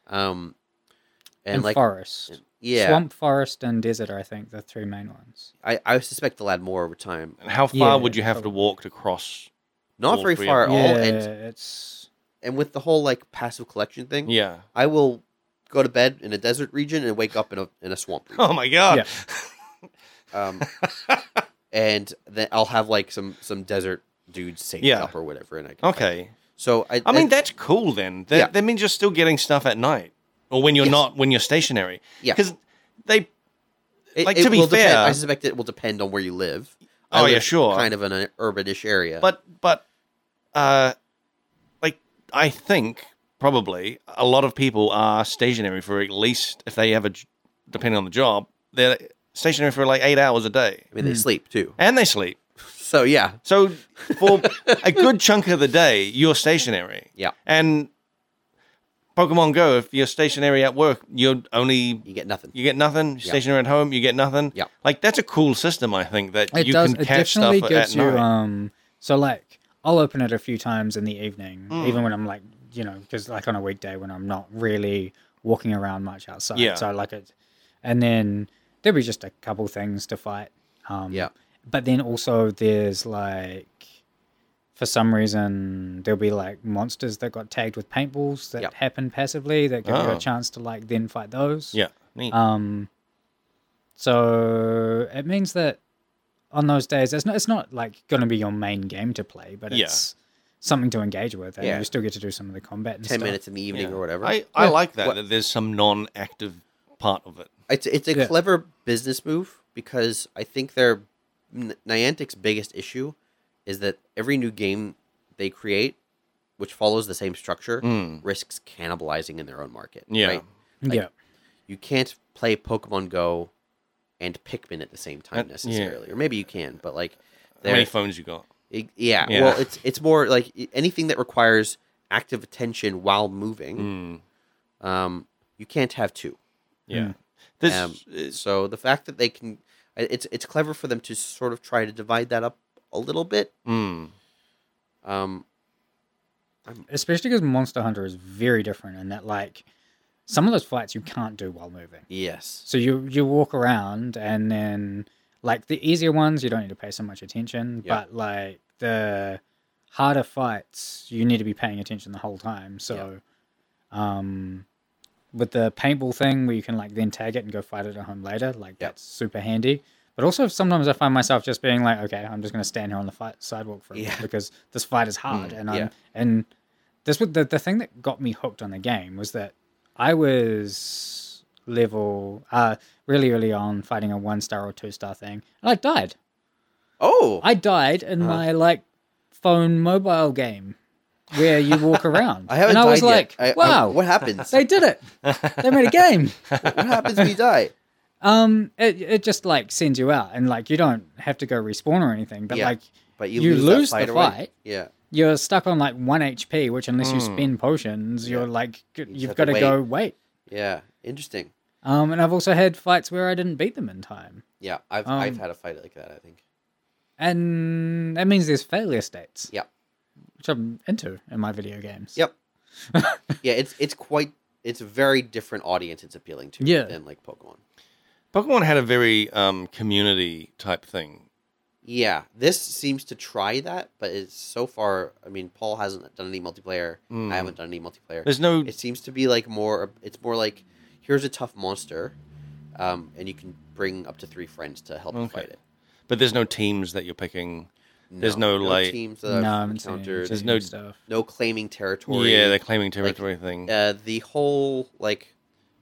Speaker 1: then, um, and,
Speaker 3: And,
Speaker 1: like
Speaker 3: forest.
Speaker 1: yeah,
Speaker 3: Swamp, forest, and desert are, I think, the three main ones.
Speaker 1: I I suspect they'll add more over time.
Speaker 2: And how
Speaker 3: Yeah,
Speaker 2: far would you have to
Speaker 3: probably.
Speaker 2: walk to cross?
Speaker 1: Not
Speaker 2: All
Speaker 1: very
Speaker 2: three
Speaker 1: far at
Speaker 2: of
Speaker 1: all,
Speaker 3: yeah,
Speaker 1: and
Speaker 3: it's
Speaker 1: and with the whole like passive collection thing,
Speaker 2: Yeah.
Speaker 1: I will go to bed in a desert region and wake up in a in a swamp.
Speaker 2: [LAUGHS]
Speaker 1: Region.
Speaker 2: Oh my god.
Speaker 1: um, and then I'll have like some some desert dudes take
Speaker 2: Yeah.
Speaker 1: up or whatever, and I can fight
Speaker 2: Okay.
Speaker 1: So I,
Speaker 2: I mean, that's cool then. That,
Speaker 1: Yeah.
Speaker 2: that means you're still getting stuff at night or when you're
Speaker 1: Yes.
Speaker 2: not, when you're stationary.
Speaker 1: Yeah.
Speaker 2: Because they,
Speaker 1: it,
Speaker 2: like,
Speaker 1: it
Speaker 2: to be
Speaker 1: will depend-
Speaker 2: fair-
Speaker 1: I suspect it will depend on where you live. I
Speaker 2: Oh, yeah,
Speaker 1: live
Speaker 2: sure.
Speaker 1: Kind of in an uh, urbanish area,
Speaker 2: but, but, uh, like, I think probably a lot of people are stationary for at least, if they have a, j- depending on the job, they're stationary for like eight hours a day
Speaker 1: I mean they sleep too.
Speaker 2: and they sleep.
Speaker 1: So yeah,
Speaker 2: So for a good chunk of the day, you're stationary.
Speaker 1: Yeah.
Speaker 2: And Pokemon Go, if you're stationary at work, you're only
Speaker 1: you get nothing.
Speaker 2: you get nothing. Stationary at home, you get nothing.
Speaker 1: Yeah.
Speaker 2: Like that's a cool system, I think, that
Speaker 3: it
Speaker 2: you
Speaker 3: does
Speaker 2: can
Speaker 3: it
Speaker 2: catch stuff
Speaker 3: definitely
Speaker 2: at
Speaker 3: gives you
Speaker 2: night.
Speaker 3: um so like I'll open it a few times in the evening,
Speaker 2: Hmm.
Speaker 3: even when I'm like you know because like on a weekday when I'm not really walking around much outside,
Speaker 2: Yeah.
Speaker 3: so I like it. And then there'll be just a couple things to fight. Um,
Speaker 1: Yeah.
Speaker 3: But then also there's like for some reason there'll be like monsters that got tagged with paintballs that
Speaker 1: Yep. Ah.
Speaker 3: happen passively that give you
Speaker 2: Oh.
Speaker 3: a chance to like then fight those.
Speaker 2: Yeah. Neat.
Speaker 3: Um, so it means that on those days, it's not, it's not like going to be your main game to play, but
Speaker 2: Yeah.
Speaker 3: it's something to engage with, and
Speaker 1: Yeah.
Speaker 3: you still get to do some of the combat. And
Speaker 1: 10
Speaker 3: stuff.
Speaker 1: minutes in the evening
Speaker 2: Yeah.
Speaker 1: or whatever.
Speaker 2: I, I
Speaker 3: Yeah.
Speaker 2: like that,
Speaker 1: What-
Speaker 2: that there's some non active part of it.
Speaker 1: It's it's a
Speaker 3: Yeah.
Speaker 1: clever business move because I think their N- Niantic's biggest issue is that every new game they create, which follows the same structure, risks cannibalizing in their own market.
Speaker 2: Hmm. Yeah.
Speaker 1: right?
Speaker 3: yeah,
Speaker 1: you can't play Pokemon Go and Pikmin at the same time
Speaker 2: Uh, yeah.
Speaker 1: necessarily, or maybe you can, but like,
Speaker 2: How
Speaker 1: they're
Speaker 2: many phones you got?
Speaker 1: I- yeah,
Speaker 2: Yeah.
Speaker 1: Well, it's it's more like i- anything that requires active attention while moving.
Speaker 2: Mm.
Speaker 1: Um, you can't have two.
Speaker 2: Yeah.
Speaker 3: Mm.
Speaker 2: This
Speaker 1: Um,
Speaker 2: is,
Speaker 1: So the fact that they can, I- it's it's clever for them to sort of try to divide that up a little bit.
Speaker 2: mm.
Speaker 1: Um,
Speaker 3: especially because Monster Hunter is very different in that like some of those fights you can't do while moving.
Speaker 1: yes,
Speaker 3: So you you walk around and then like the easier ones you don't need to pay so much attention,
Speaker 1: Yeah.
Speaker 3: but like the harder fights you need to be paying attention the whole time. So um with the paintball thing where you can like then tag it and go fight it at home later, like
Speaker 1: Yeah.
Speaker 3: that's super handy. But also sometimes I find myself just being like, okay, I'm just gonna stand here on the fight sidewalk for a
Speaker 1: Yeah.
Speaker 3: bit because this fight is hard and I'm
Speaker 1: Mm, yeah.
Speaker 3: and this was the, the thing that got me hooked on the game was that I was level uh really early on fighting a one star or two star thing and I died.
Speaker 1: Oh, I,
Speaker 3: I died in my like phone mobile game where you
Speaker 1: [LAUGHS]
Speaker 3: walk around.
Speaker 1: haven't.
Speaker 3: and I was
Speaker 1: died
Speaker 3: like,
Speaker 1: yet. I- I-
Speaker 3: wow,
Speaker 1: what happens?
Speaker 3: they
Speaker 1: [LAUGHS]
Speaker 3: did it. They made a game.
Speaker 1: what happens when you die?
Speaker 3: Um it, it just like sends you out and like you don't have to go respawn or anything, but
Speaker 1: Yeah.
Speaker 3: like
Speaker 1: But you,
Speaker 3: [LAUGHS] You
Speaker 1: lose,
Speaker 3: lose the
Speaker 1: that fight already.
Speaker 3: fight.
Speaker 1: Yeah,
Speaker 3: you're stuck on like one HP, which unless
Speaker 1: Hmm.
Speaker 3: you spend potions, you're like g-
Speaker 1: have
Speaker 3: you've
Speaker 1: to
Speaker 3: got to go wait.
Speaker 1: yeah. Interesting.
Speaker 3: Um, and I've also had fights where I didn't beat them in time,
Speaker 1: Yeah, I've I've
Speaker 3: Um,
Speaker 1: had a fight like that. I think.
Speaker 3: and that means there's failure states.
Speaker 1: Yeah.
Speaker 3: which I'm into in my video games. [LAUGHS]
Speaker 1: Yep. yeah, it's it's quite it's a very different audience it's appealing to
Speaker 3: Yeah.
Speaker 1: than like Pokemon.
Speaker 2: Pokemon had a very um, community type thing.
Speaker 1: Yeah, this seems to try that, but it's so far. I mean, Paul hasn't done any multiplayer.
Speaker 3: Hmm.
Speaker 1: I haven't done any multiplayer.
Speaker 2: There's no.
Speaker 1: It seems to be like more. It's more like here's a tough monster, um, and you can bring up to three friends to help you
Speaker 2: Okay.
Speaker 1: fight it.
Speaker 2: But there's no teams that you're picking. There's no, like-
Speaker 1: teams that
Speaker 3: no, I
Speaker 1: I've
Speaker 3: haven't seen any
Speaker 1: encountered.
Speaker 3: team
Speaker 2: no-
Speaker 3: stuff.
Speaker 1: No claiming territory.
Speaker 2: Yeah, they're claiming territory thing.
Speaker 1: uh, the whole like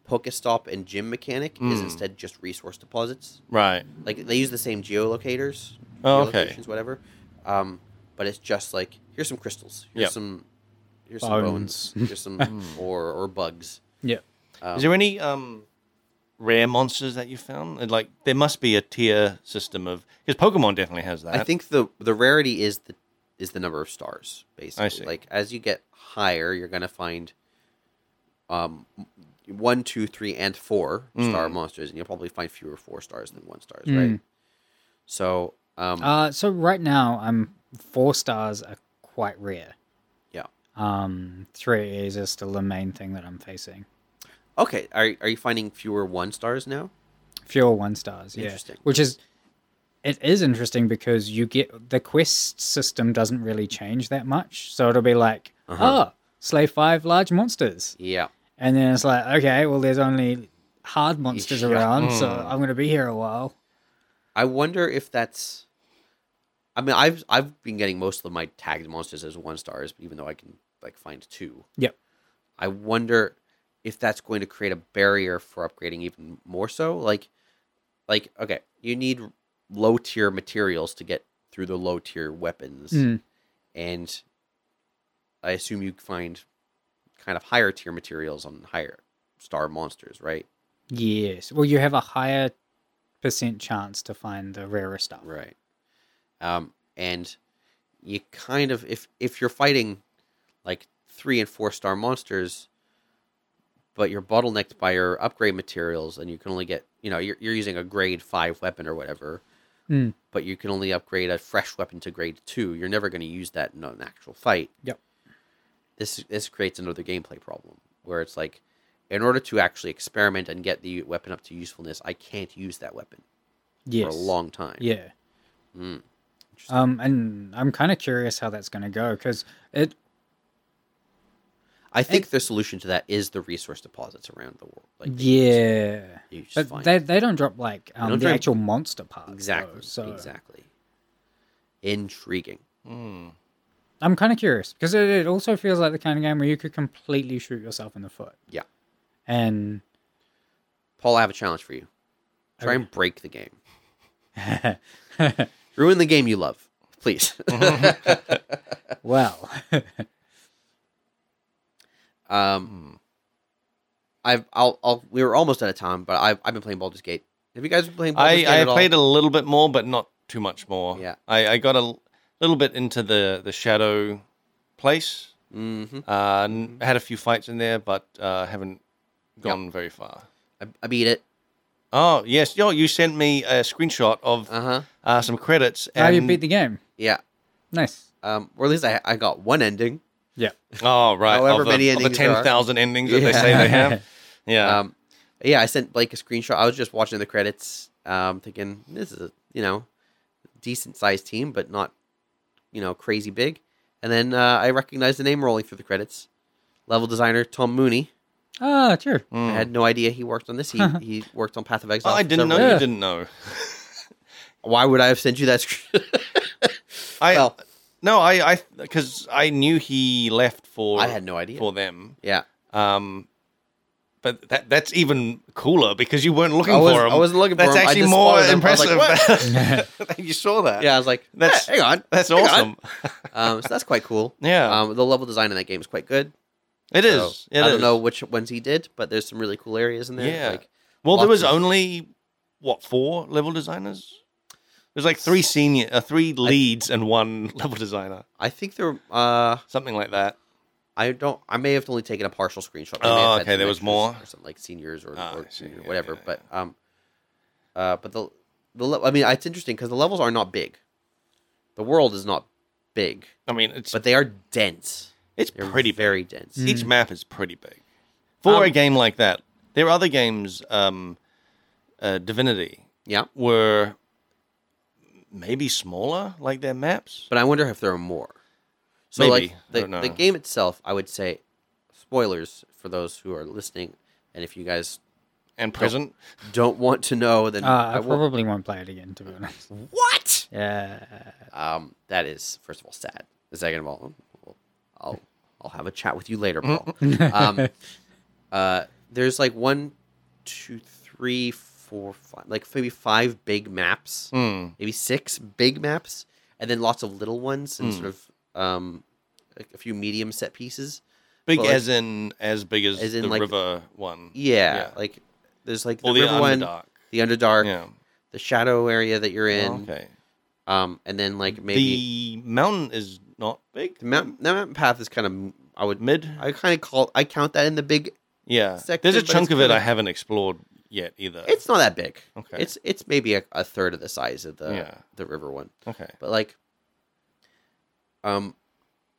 Speaker 1: Pokestop and gym mechanic is
Speaker 2: Mm.
Speaker 1: instead just resource deposits.
Speaker 2: Right.
Speaker 1: Like they use the same geolocators,
Speaker 2: Oh, okay.
Speaker 1: geolocations, whatever. Um, but it's just like here's some crystals, here's
Speaker 2: Yep.
Speaker 1: some, here's
Speaker 3: Bones.
Speaker 1: some bones, here's some or or bugs.
Speaker 3: Yeah,
Speaker 1: Um,
Speaker 2: Is there any um, rare monsters that you found? And, Like, there must be a tier system of because Pokemon definitely has that.
Speaker 1: I think the the rarity is the is the number of stars basically.
Speaker 2: see.
Speaker 1: Like as you get higher, you're gonna find um one, two, three, and four
Speaker 2: Mm.
Speaker 1: star monsters, and you'll probably find fewer four stars than one stars, right? So um
Speaker 3: Uh, so right now I'm four stars are quite rare.
Speaker 1: yeah.
Speaker 3: Um, three is is still the main thing that I'm facing.
Speaker 1: Okay. Are are you finding fewer one stars now?
Speaker 3: Fewer one stars. Yeah.
Speaker 1: Interesting.
Speaker 3: Which is, it is interesting because you get the quest system doesn't really change that much. So it'll be like,
Speaker 1: Uh-huh.
Speaker 3: oh, slay five large monsters,
Speaker 1: Yeah.
Speaker 3: and then it's like, okay, well, there's only hard monsters
Speaker 1: Yeah. Hmm.
Speaker 3: around, so I'm gonna be here a while.
Speaker 1: I wonder if that's. I mean, I've I've been getting most of my tagged monsters as one stars, even though I can like find two.
Speaker 3: Yep.
Speaker 1: I wonder if that's going to create a barrier for upgrading even more so. Like, like okay, you need low tier materials to get through the low tier weapons,
Speaker 3: Mm.
Speaker 1: and I assume you find kind of higher tier materials on higher star monsters, right?
Speaker 3: Yes. Well, you have a higher percent chance to find the rarer stuff.
Speaker 1: Right. Um, and you kind of if if you're fighting like three and four star monsters, but you're bottlenecked by your upgrade materials, and you can only get you know you're you're using a grade five weapon or whatever,
Speaker 3: Mm.
Speaker 1: but you can only upgrade a fresh weapon to grade two. You're never going to use that in an actual fight.
Speaker 3: Yep.
Speaker 1: This this creates another gameplay problem where it's like, in order to actually experiment and get the weapon up to usefulness, I can't use that weapon
Speaker 3: Yes.
Speaker 1: for a long time.
Speaker 3: Yeah. Um, and I'm kind of curious how that's going to go because it
Speaker 1: I think the solution to that is the resource deposits around the world. Like they just-
Speaker 3: Yeah,
Speaker 1: you just
Speaker 3: but
Speaker 1: find
Speaker 3: they, they don't drop like um,
Speaker 1: don't
Speaker 3: the
Speaker 1: drop-
Speaker 3: actual monster parts.
Speaker 1: exactly,
Speaker 3: Though, so
Speaker 1: exactly. Intriguing. Hmm.
Speaker 3: I'm kind of curious because it, it also feels like the kind of game where you could completely shoot yourself in the foot.
Speaker 1: Yeah,
Speaker 3: And [LAUGHS]
Speaker 1: Paul, I have a challenge for you. Try and break the game. Ruin the game you love, please. [LAUGHS]
Speaker 2: Mm-hmm.
Speaker 3: well, [LAUGHS]
Speaker 2: Hmm.
Speaker 1: um, I've I'll, I'll we were almost out of time, but I've I've been playing Baldur's Gate. Have you guys been playing Baldur's Gate
Speaker 2: I, I
Speaker 1: at all?
Speaker 2: played a little bit more, but not too much more.
Speaker 1: Yeah.
Speaker 2: I, I got a l- little bit into the, the shadow place.
Speaker 1: Mhm.
Speaker 2: Uh, n- had a few fights in there, but uh, haven't gone very far.
Speaker 1: I, I beat it.
Speaker 2: Oh yes, yo, you sent me a screenshot of
Speaker 1: Uh huh.
Speaker 2: uh, some credits. And,
Speaker 3: how you beat the game?
Speaker 1: Yeah.
Speaker 3: Nice.
Speaker 1: Um. Or at least I I got one ending.
Speaker 3: Yeah.
Speaker 2: Oh right,
Speaker 1: However
Speaker 2: of the,
Speaker 1: many
Speaker 2: of the
Speaker 1: endings there are.
Speaker 2: ten thousand endings that they
Speaker 1: Yeah.
Speaker 2: say
Speaker 1: [LAUGHS]
Speaker 2: they have. Yeah,
Speaker 1: Um, yeah, I sent Blake a screenshot. I was just watching the credits, um, thinking this is a you know decent sized team, but not you know crazy big. And then uh, I recognized the name rolling through the credits. Level designer Tom Mooney.
Speaker 3: [LAUGHS] Ah, true.
Speaker 1: I had no idea he worked on this. He he worked on Path of Exile.
Speaker 2: Hmm. Oh, I
Speaker 1: for
Speaker 2: didn't know
Speaker 1: several-
Speaker 2: you
Speaker 3: Yeah.
Speaker 2: didn't know.
Speaker 1: Why would I have sent you that? Screen? [LAUGHS]
Speaker 2: I
Speaker 1: Well-
Speaker 2: no, I I because I knew he left for
Speaker 1: I had no idea.
Speaker 2: for them.
Speaker 1: yeah,
Speaker 2: Um, but that that's even cooler because you weren't looking
Speaker 1: I was-
Speaker 2: for him.
Speaker 1: I wasn't looking for
Speaker 2: that's
Speaker 1: him. I
Speaker 2: That's actually
Speaker 1: just
Speaker 2: more
Speaker 1: spotted him. I was like, [LAUGHS]
Speaker 2: impressive. [LAUGHS] that you saw that.
Speaker 1: yeah. I was like,
Speaker 2: That's-
Speaker 1: that's hang on,
Speaker 2: that's
Speaker 1: hang on."
Speaker 2: awesome.
Speaker 1: Um, so that's quite cool.
Speaker 2: Yeah.
Speaker 1: Um, the level design in that game is quite good.
Speaker 2: It is.
Speaker 1: So
Speaker 2: It
Speaker 1: I don't
Speaker 2: is.
Speaker 1: know which ones he did, but there's some really cool areas in there.
Speaker 2: Yeah.
Speaker 1: Like,
Speaker 2: Well, there
Speaker 1: lots
Speaker 2: was
Speaker 1: of-
Speaker 2: only what four level designers. There's like three senior, uh, three leads, and one [LAUGHS] level designer,
Speaker 1: I think there. Uh,
Speaker 2: something like that.
Speaker 1: I don't. I may have only taken a partial screenshot. I may
Speaker 2: Oh,
Speaker 1: have had
Speaker 2: okay,
Speaker 1: some
Speaker 2: there was
Speaker 1: extras
Speaker 2: more?
Speaker 1: or something like seniors or,
Speaker 2: Ah,
Speaker 1: or
Speaker 2: I see,
Speaker 1: junior,
Speaker 2: yeah,
Speaker 1: whatever.
Speaker 2: yeah,
Speaker 1: But um, uh, but the the le- I mean, it's interesting because the levels are not big. The world is not big,
Speaker 2: I mean, it's
Speaker 1: but they are dense.
Speaker 2: it's
Speaker 1: They're
Speaker 2: pretty big. Mm.
Speaker 1: very dense.
Speaker 2: Each map is pretty big for a
Speaker 1: Um,
Speaker 2: game like that. There are other games, um, uh, Divinity,
Speaker 1: Yeah,
Speaker 2: were maybe smaller, like their maps.
Speaker 1: but I wonder if there are more. So
Speaker 2: Maybe.
Speaker 1: like
Speaker 2: I
Speaker 1: the
Speaker 2: don't know.
Speaker 1: the game itself, I would say, spoilers for those who are listening, and if you guys
Speaker 2: And present,
Speaker 1: don't want to know, then
Speaker 3: Uh, I,
Speaker 1: I won't.
Speaker 3: probably won't play it again, to be
Speaker 2: [LAUGHS]
Speaker 3: honest.
Speaker 1: What?
Speaker 3: Yeah.
Speaker 1: Um, that is first of all sad. Second of all, I'll I'll have a chat with you later,
Speaker 2: [LAUGHS]
Speaker 1: Paul. um, uh, there's like one, two, three, four, five, like maybe five big maps,
Speaker 2: Mm.
Speaker 1: maybe six big maps, and then lots of little ones
Speaker 2: Hmm.
Speaker 1: and sort of um, like a few medium set pieces.
Speaker 2: big
Speaker 1: well, like-
Speaker 2: as in as big as,
Speaker 1: as in,
Speaker 2: the
Speaker 1: like,
Speaker 2: river one.
Speaker 1: Yeah,
Speaker 2: Yeah.
Speaker 1: like there's like the,
Speaker 2: Or the
Speaker 1: river one,
Speaker 2: Underdark.
Speaker 1: the underdark,
Speaker 2: Yeah. Oh,
Speaker 1: the shadow area that you're in,
Speaker 2: okay.
Speaker 1: um, and then like maybe
Speaker 2: The mountain is not big.
Speaker 1: The mountain, the mountain path is kind of I would
Speaker 2: Mid.
Speaker 1: I kind of call I count that in the big.
Speaker 2: yeah.
Speaker 1: section,
Speaker 2: There's a
Speaker 1: but it's
Speaker 2: chunk of it
Speaker 1: kinda-
Speaker 2: I haven't explored yet either.
Speaker 1: It's not that big.
Speaker 2: Okay.
Speaker 1: It's uh, it's maybe a, a third of the size of the
Speaker 2: Yeah.
Speaker 1: the river one,
Speaker 2: okay.
Speaker 1: but like, um,